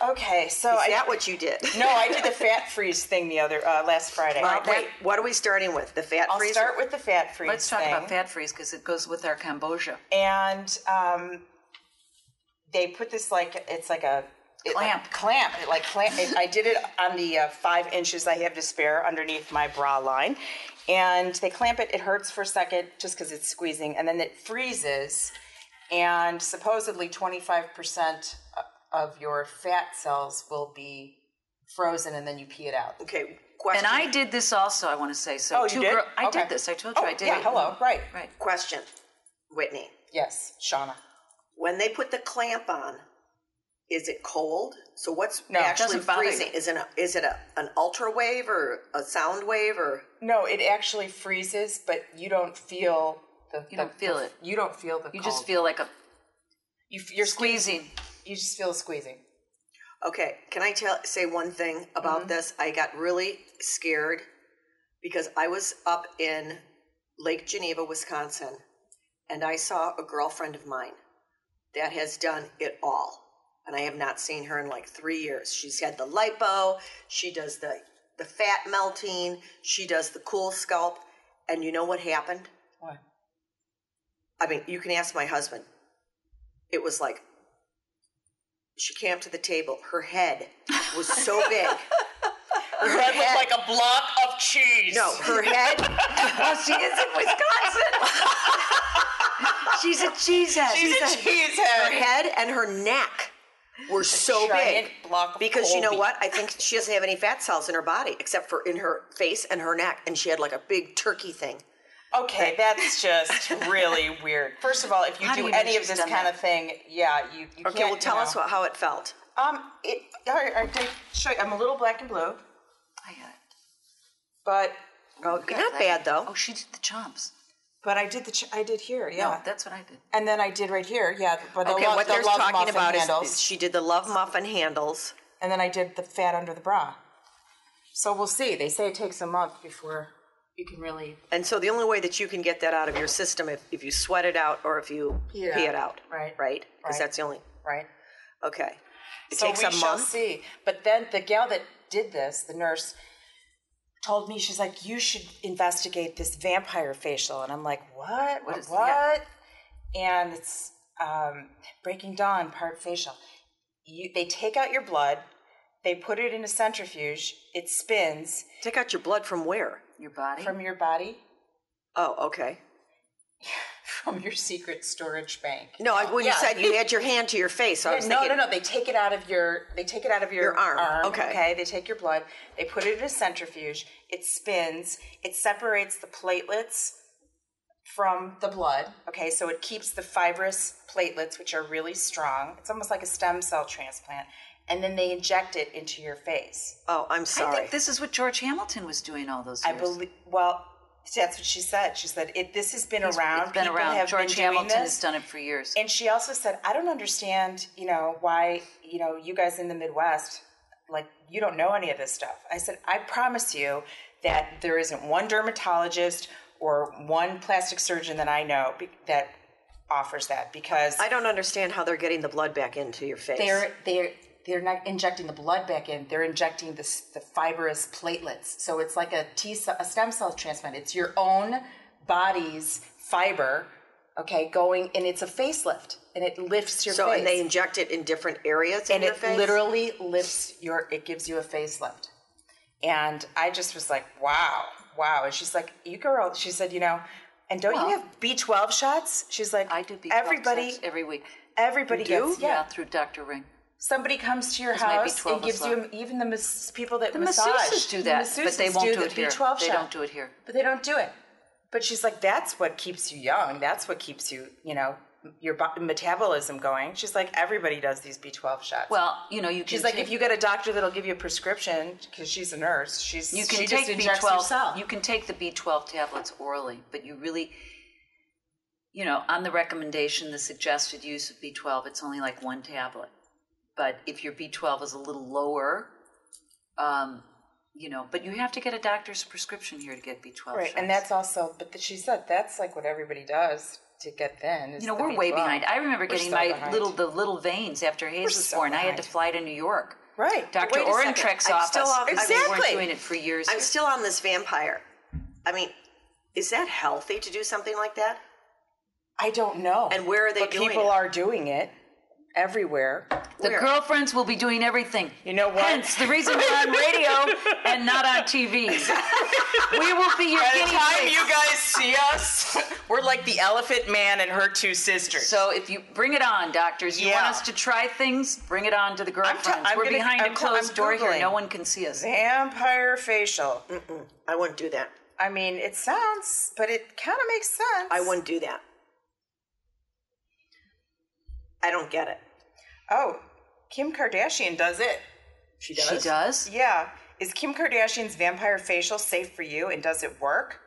[SPEAKER 4] Okay, so
[SPEAKER 5] Is
[SPEAKER 4] I
[SPEAKER 5] that what you did?
[SPEAKER 4] no, I did the fat freeze thing the other uh, last Friday.
[SPEAKER 5] All right, wait, what are we starting with? The fat
[SPEAKER 4] I'll
[SPEAKER 5] freezer?
[SPEAKER 4] start with the fat freeze.
[SPEAKER 3] Let's talk
[SPEAKER 4] thing.
[SPEAKER 3] about fat freeze because it goes with our Cambodia.
[SPEAKER 4] and um, they put this like it's like a it, like,
[SPEAKER 3] Clamp.
[SPEAKER 4] clamp. It like clamp. It, I did it on the uh, five inches I have to spare underneath my bra line, and they clamp it. It hurts for a second just because it's squeezing, and then it freezes, and supposedly twenty five percent uh, of your fat cells will be frozen, and then you pee it out.
[SPEAKER 5] Okay, question.
[SPEAKER 3] And I did this also. I want to say so.
[SPEAKER 4] Oh, you
[SPEAKER 3] two
[SPEAKER 4] did?
[SPEAKER 3] girl- I
[SPEAKER 4] Okay.
[SPEAKER 3] did this. I told you
[SPEAKER 4] Oh,
[SPEAKER 3] I did.
[SPEAKER 4] yeah,
[SPEAKER 3] it.
[SPEAKER 4] hello, right.
[SPEAKER 3] Right.
[SPEAKER 5] question, Whitney.
[SPEAKER 4] Yes, Shauna.
[SPEAKER 5] When they put the clamp on, is it cold? So what's
[SPEAKER 4] No, it
[SPEAKER 5] actually
[SPEAKER 3] doesn't bother you.
[SPEAKER 5] freezing? Is it a, is it a, an ultra wave or a sound wave or
[SPEAKER 4] No, it actually freezes, but you don't feel the.
[SPEAKER 3] You
[SPEAKER 4] the-
[SPEAKER 3] don't feel
[SPEAKER 4] the-
[SPEAKER 3] it.
[SPEAKER 4] You don't feel the.
[SPEAKER 3] You just
[SPEAKER 4] cold.
[SPEAKER 3] feel like a
[SPEAKER 4] You, f- you're squeezing.
[SPEAKER 3] squeezing.
[SPEAKER 4] You just feel squeezing.
[SPEAKER 5] Okay, can I tell say one thing about this? I got really scared because I was up in Lake Geneva, Wisconsin, and I saw a girlfriend of mine that has done it all. And I have not seen her in like 3 years. She's had the lipo, she does the the fat melting, she does the cool scalp, and you know what happened?
[SPEAKER 4] What?
[SPEAKER 5] I mean, you can ask my husband. It was like she came up to the table. Her head was so big. Her head looked like a block of cheese. No, her head.
[SPEAKER 3] Oh, she is in Wisconsin. She's a cheesehead.
[SPEAKER 4] She's a
[SPEAKER 5] her
[SPEAKER 4] cheesehead.
[SPEAKER 5] head and her neck were so big
[SPEAKER 4] giant block of
[SPEAKER 5] because you know
[SPEAKER 4] Colby.
[SPEAKER 5] what i think she doesn't have any fat cells in her body except for in her face and her neck and she had like a big turkey thing
[SPEAKER 4] Okay, that's just really weird. First of all, if you
[SPEAKER 3] How do
[SPEAKER 4] do
[SPEAKER 3] you know
[SPEAKER 4] any of
[SPEAKER 3] she's
[SPEAKER 4] this
[SPEAKER 3] done
[SPEAKER 4] kind
[SPEAKER 3] that?
[SPEAKER 4] of thing, yeah, you. you
[SPEAKER 5] okay
[SPEAKER 4] can't,
[SPEAKER 5] well tell
[SPEAKER 4] you
[SPEAKER 5] us
[SPEAKER 4] know.
[SPEAKER 5] what, how it felt
[SPEAKER 4] Um, it, all right, I did show you. I'm a little black and blue,
[SPEAKER 3] I got it.
[SPEAKER 4] but Oh,
[SPEAKER 5] Not bad though.
[SPEAKER 3] Oh, she did the chomps.
[SPEAKER 4] but I did the ch- I did here, yeah.
[SPEAKER 3] No, that's what I did.
[SPEAKER 4] and then I did right here, yeah. But the
[SPEAKER 5] Okay,
[SPEAKER 4] love,
[SPEAKER 5] what
[SPEAKER 4] the
[SPEAKER 5] they're
[SPEAKER 4] love
[SPEAKER 5] talking
[SPEAKER 4] muffin
[SPEAKER 5] about
[SPEAKER 4] handles,
[SPEAKER 5] is she did the love muffin handles.
[SPEAKER 4] and then I did the fat under the bra. So we'll see. They say it takes a month before you can really
[SPEAKER 5] And so the only way that you can get that out of your system if, if you sweat it out or if you pee
[SPEAKER 4] it
[SPEAKER 5] it,
[SPEAKER 4] out,
[SPEAKER 5] out.
[SPEAKER 4] right,
[SPEAKER 5] Right? Because
[SPEAKER 4] right.
[SPEAKER 5] that's the only.
[SPEAKER 4] right.
[SPEAKER 5] Okay. It
[SPEAKER 4] so
[SPEAKER 5] takes
[SPEAKER 4] we
[SPEAKER 5] a
[SPEAKER 4] shall
[SPEAKER 5] month.
[SPEAKER 4] see. But then the gal that did this, the nurse, told me she's like, "You should investigate this vampire facial," and I'm like, "What? What?"
[SPEAKER 3] is-
[SPEAKER 4] what? And it's um, Breaking Dawn part facial. You, they take out your blood, they put it in a centrifuge, it spins
[SPEAKER 5] Take out your blood from where?
[SPEAKER 3] Your body.
[SPEAKER 4] from your body,
[SPEAKER 5] Oh, okay.
[SPEAKER 4] from your secret storage bank.
[SPEAKER 5] No, I, when
[SPEAKER 4] Yeah.
[SPEAKER 5] you said you had your hand to your face, so I
[SPEAKER 4] Yeah,
[SPEAKER 5] was
[SPEAKER 4] no,
[SPEAKER 5] thinking.
[SPEAKER 4] no, no. They take it out of your. They take it out of your,
[SPEAKER 5] Your arm. Okay.
[SPEAKER 4] They take your blood. They put it in a centrifuge. It spins. It separates the platelets from the blood. Okay. So it keeps the fibrous platelets, which are really strong. It's almost like a stem cell transplant. And then they inject it into your face.
[SPEAKER 5] Oh, I'm
[SPEAKER 3] I
[SPEAKER 5] sorry.
[SPEAKER 3] think this is what George Hamilton was doing all those
[SPEAKER 4] I
[SPEAKER 3] years.
[SPEAKER 4] believe. Well, that's what she said. She said it. This has been around.
[SPEAKER 3] It's been
[SPEAKER 4] People
[SPEAKER 3] around.
[SPEAKER 4] Have
[SPEAKER 3] George
[SPEAKER 4] been doing
[SPEAKER 3] Hamilton
[SPEAKER 4] this.
[SPEAKER 3] has done it for years.
[SPEAKER 4] And she also said, I don't understand, you know, why, you know, you guys in the Midwest, like, you don't know any of this stuff. I said, I promise you that there isn't one dermatologist or one plastic surgeon that I know be- that offers that because
[SPEAKER 5] I don't understand how they're getting the blood back into your face.
[SPEAKER 4] they're, they're, they're not injecting the blood back in. They're injecting the, s- the fibrous platelets. So it's like a T ce- a stem cell transplant. It's your own body's fiber, okay, going, and it's a facelift, and it lifts your
[SPEAKER 5] so
[SPEAKER 4] face
[SPEAKER 5] and they inject it in different areas
[SPEAKER 4] and
[SPEAKER 5] in your
[SPEAKER 4] it
[SPEAKER 5] face?
[SPEAKER 4] literally lifts your it gives you a facelift and i just was like wow wow and she's like you girl she said you know and don't you have b12 shots she's like
[SPEAKER 3] I do B12
[SPEAKER 4] everybody
[SPEAKER 3] shots every week.
[SPEAKER 4] everybody
[SPEAKER 5] do?
[SPEAKER 4] gets
[SPEAKER 3] Yeah.
[SPEAKER 4] yeah.
[SPEAKER 3] through Dr. Ring.
[SPEAKER 4] somebody comes to your
[SPEAKER 3] my
[SPEAKER 4] house
[SPEAKER 3] B12
[SPEAKER 4] and gives
[SPEAKER 3] is
[SPEAKER 4] you
[SPEAKER 3] low.
[SPEAKER 4] even the mas- people that
[SPEAKER 3] The
[SPEAKER 4] massage
[SPEAKER 3] masseuses do
[SPEAKER 4] the
[SPEAKER 3] that, but they
[SPEAKER 4] masseuses
[SPEAKER 3] won't
[SPEAKER 4] do
[SPEAKER 3] do
[SPEAKER 4] the
[SPEAKER 3] it here.
[SPEAKER 4] B12
[SPEAKER 3] They
[SPEAKER 4] shot.
[SPEAKER 3] don't do it here.
[SPEAKER 4] but they don't do it but she's like that's what keeps you young that's what keeps you you know your bo- metabolism going she's like everybody does these b12 shots
[SPEAKER 3] Well, you know, you can.
[SPEAKER 4] She's like,
[SPEAKER 3] ta-
[SPEAKER 4] if you get a doctor that'll give you a prescription, because she's a nurse, she's
[SPEAKER 3] you can
[SPEAKER 4] she
[SPEAKER 3] take
[SPEAKER 4] just injects herself.
[SPEAKER 3] B12. You can take the B12 tablets orally, but you really, you know, on the recommendation, the suggested use of B12, it's only like one tablet. But if your B12 is a little lower, um, you know, but you have to get a doctor's prescription here to get B12.
[SPEAKER 4] right,
[SPEAKER 3] shots.
[SPEAKER 4] and that's also, but the, she said that's like what everybody does to get thin. is
[SPEAKER 3] you know
[SPEAKER 4] the
[SPEAKER 3] we're way
[SPEAKER 4] B12.
[SPEAKER 3] behind. I remember
[SPEAKER 4] We're
[SPEAKER 3] getting
[SPEAKER 4] so
[SPEAKER 3] my
[SPEAKER 4] behind.
[SPEAKER 3] little the little veins after Hayes was
[SPEAKER 4] so
[SPEAKER 3] born. I had to
[SPEAKER 4] behind.
[SPEAKER 3] fly to New York.
[SPEAKER 4] right,
[SPEAKER 3] Dr.
[SPEAKER 5] Wait a second.
[SPEAKER 3] Orentrek's
[SPEAKER 5] I'm
[SPEAKER 3] office.
[SPEAKER 5] still off-
[SPEAKER 3] because They weren't
[SPEAKER 4] Exactly.
[SPEAKER 3] doing it for years.
[SPEAKER 5] I'm still on this vampire. I mean, is that healthy to do something like that?
[SPEAKER 4] I don't know.
[SPEAKER 5] And where are they
[SPEAKER 4] but
[SPEAKER 5] doing
[SPEAKER 4] People
[SPEAKER 5] it?
[SPEAKER 4] are doing it everywhere.
[SPEAKER 3] the girlfriends will be doing everything.
[SPEAKER 4] You know what?
[SPEAKER 3] Hence the reason we're on radio and not on TV. we will be your guinea pigs.
[SPEAKER 4] guys see us, we're like the Elephant Man and her two sisters.
[SPEAKER 3] so if you bring it on, doctors, you
[SPEAKER 4] Yeah.
[SPEAKER 3] want us to try things, bring it on to the girlfriends.
[SPEAKER 4] I'm
[SPEAKER 3] we're
[SPEAKER 4] gonna-
[SPEAKER 3] behind
[SPEAKER 4] I'm
[SPEAKER 3] a
[SPEAKER 4] tell-
[SPEAKER 3] closed
[SPEAKER 4] I'm
[SPEAKER 3] door here.
[SPEAKER 4] Googling.
[SPEAKER 3] No one can see us.
[SPEAKER 4] vampire facial.
[SPEAKER 5] I wouldn't do that.
[SPEAKER 4] I mean, it sounds, but it kind of makes sense.
[SPEAKER 5] I wouldn't do that. I don't get it.
[SPEAKER 4] Oh, Kim Kardashian does it.
[SPEAKER 5] She
[SPEAKER 3] She does.
[SPEAKER 4] Yeah. Is Kim Kardashian's vampire facial safe for you and does it work?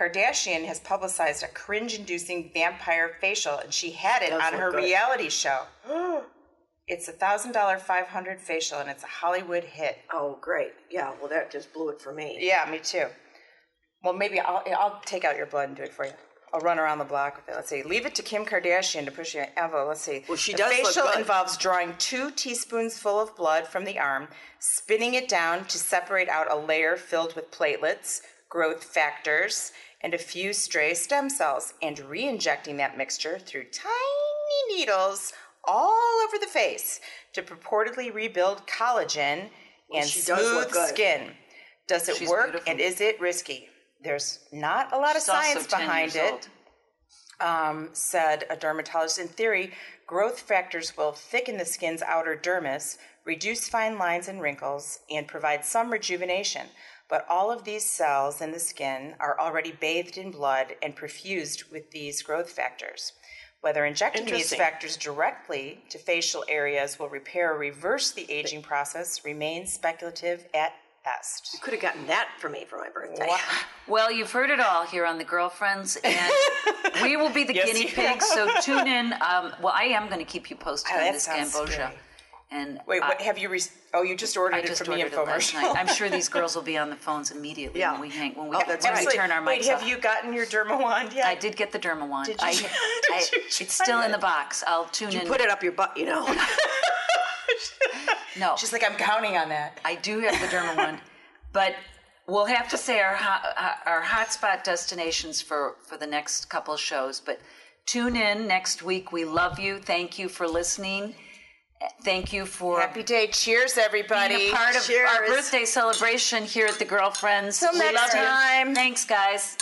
[SPEAKER 4] Kardashian has publicized a cringe inducing vampire facial and she had it
[SPEAKER 5] does
[SPEAKER 4] on
[SPEAKER 5] look
[SPEAKER 4] her
[SPEAKER 5] good.
[SPEAKER 4] reality show. it's a thousand dollar five hundred facial and it's a Hollywood hit.
[SPEAKER 5] Oh, great. Yeah, well, that just blew it for me.
[SPEAKER 4] Yeah, me too. Well, maybe I'll, I'll take out your blood and do it for you. I'll run around the block with it. Let's see. Leave it to Kim Kardashian to push your envelope. Let's see.
[SPEAKER 5] Well, she
[SPEAKER 4] the
[SPEAKER 5] does look
[SPEAKER 4] facial
[SPEAKER 5] good.
[SPEAKER 4] involves drawing two teaspoons full of blood from the arm, spinning it down to separate out a layer filled with platelets, growth factors, and a few stray stem cells, and re-injecting that mixture through tiny needles all over the face to purportedly rebuild collagen and
[SPEAKER 5] she does look
[SPEAKER 4] smooth
[SPEAKER 5] good.
[SPEAKER 4] skin. Does it
[SPEAKER 3] She's
[SPEAKER 4] work
[SPEAKER 3] beautiful.
[SPEAKER 4] and is it risky? There's not a lot of
[SPEAKER 3] She's also
[SPEAKER 4] science
[SPEAKER 3] 10
[SPEAKER 4] behind
[SPEAKER 3] years
[SPEAKER 4] it,
[SPEAKER 3] old.
[SPEAKER 4] um, said a dermatologist. In theory, growth factors will thicken the skin's outer dermis, reduce fine lines and wrinkles, and provide some rejuvenation. But all of these cells in the skin are already bathed in blood and perfused with these growth factors. Whether injecting these
[SPEAKER 5] Interesting.
[SPEAKER 4] factors directly to facial areas will repair or reverse the aging process remains speculative at best.
[SPEAKER 5] Could have gotten that for me for my birthday.
[SPEAKER 3] Well, you've heard it all here on The Girlfriends, and we will be the guinea pigs. So tune in. Um, well, I am going to keep you posted
[SPEAKER 4] Oh,
[SPEAKER 3] on
[SPEAKER 4] that
[SPEAKER 3] this
[SPEAKER 4] sounds
[SPEAKER 3] Cambodia.
[SPEAKER 4] scary.
[SPEAKER 3] And uh,
[SPEAKER 4] Wait, what
[SPEAKER 3] I-
[SPEAKER 4] have you? Re- oh, you just ordered
[SPEAKER 3] I
[SPEAKER 4] it
[SPEAKER 3] just
[SPEAKER 4] from the
[SPEAKER 3] ordered it last
[SPEAKER 4] infomercial.
[SPEAKER 3] night. I'm sure these girls will be on the phones immediately
[SPEAKER 5] Yeah.
[SPEAKER 3] when we hang when we,
[SPEAKER 5] Oh, that's
[SPEAKER 3] when we
[SPEAKER 5] right.
[SPEAKER 3] turn our mics
[SPEAKER 4] Wait, have
[SPEAKER 3] off.
[SPEAKER 4] you gotten your derma wand yet?
[SPEAKER 3] I did get the derma wand.
[SPEAKER 4] Did you-
[SPEAKER 3] I,
[SPEAKER 4] did
[SPEAKER 3] I-
[SPEAKER 4] you
[SPEAKER 3] it's
[SPEAKER 4] try
[SPEAKER 3] still in
[SPEAKER 4] it?
[SPEAKER 3] the box. I'll tune in.
[SPEAKER 5] Put it up your butt, you know.
[SPEAKER 3] no,
[SPEAKER 4] She's like, I'm counting on that.
[SPEAKER 3] I do have the derma one, but we'll have to say our hot, uh, our hotspot destinations for for the next couple shows. But tune in next week. We love you. Thank you for listening. Thank you for
[SPEAKER 4] Happy day. Cheers, everybody.
[SPEAKER 3] being a part of our
[SPEAKER 5] Cheers.
[SPEAKER 3] birthday celebration here at the Girlfriends.
[SPEAKER 4] Till
[SPEAKER 3] We
[SPEAKER 4] next
[SPEAKER 3] love you.
[SPEAKER 4] time.
[SPEAKER 3] Thanks, guys.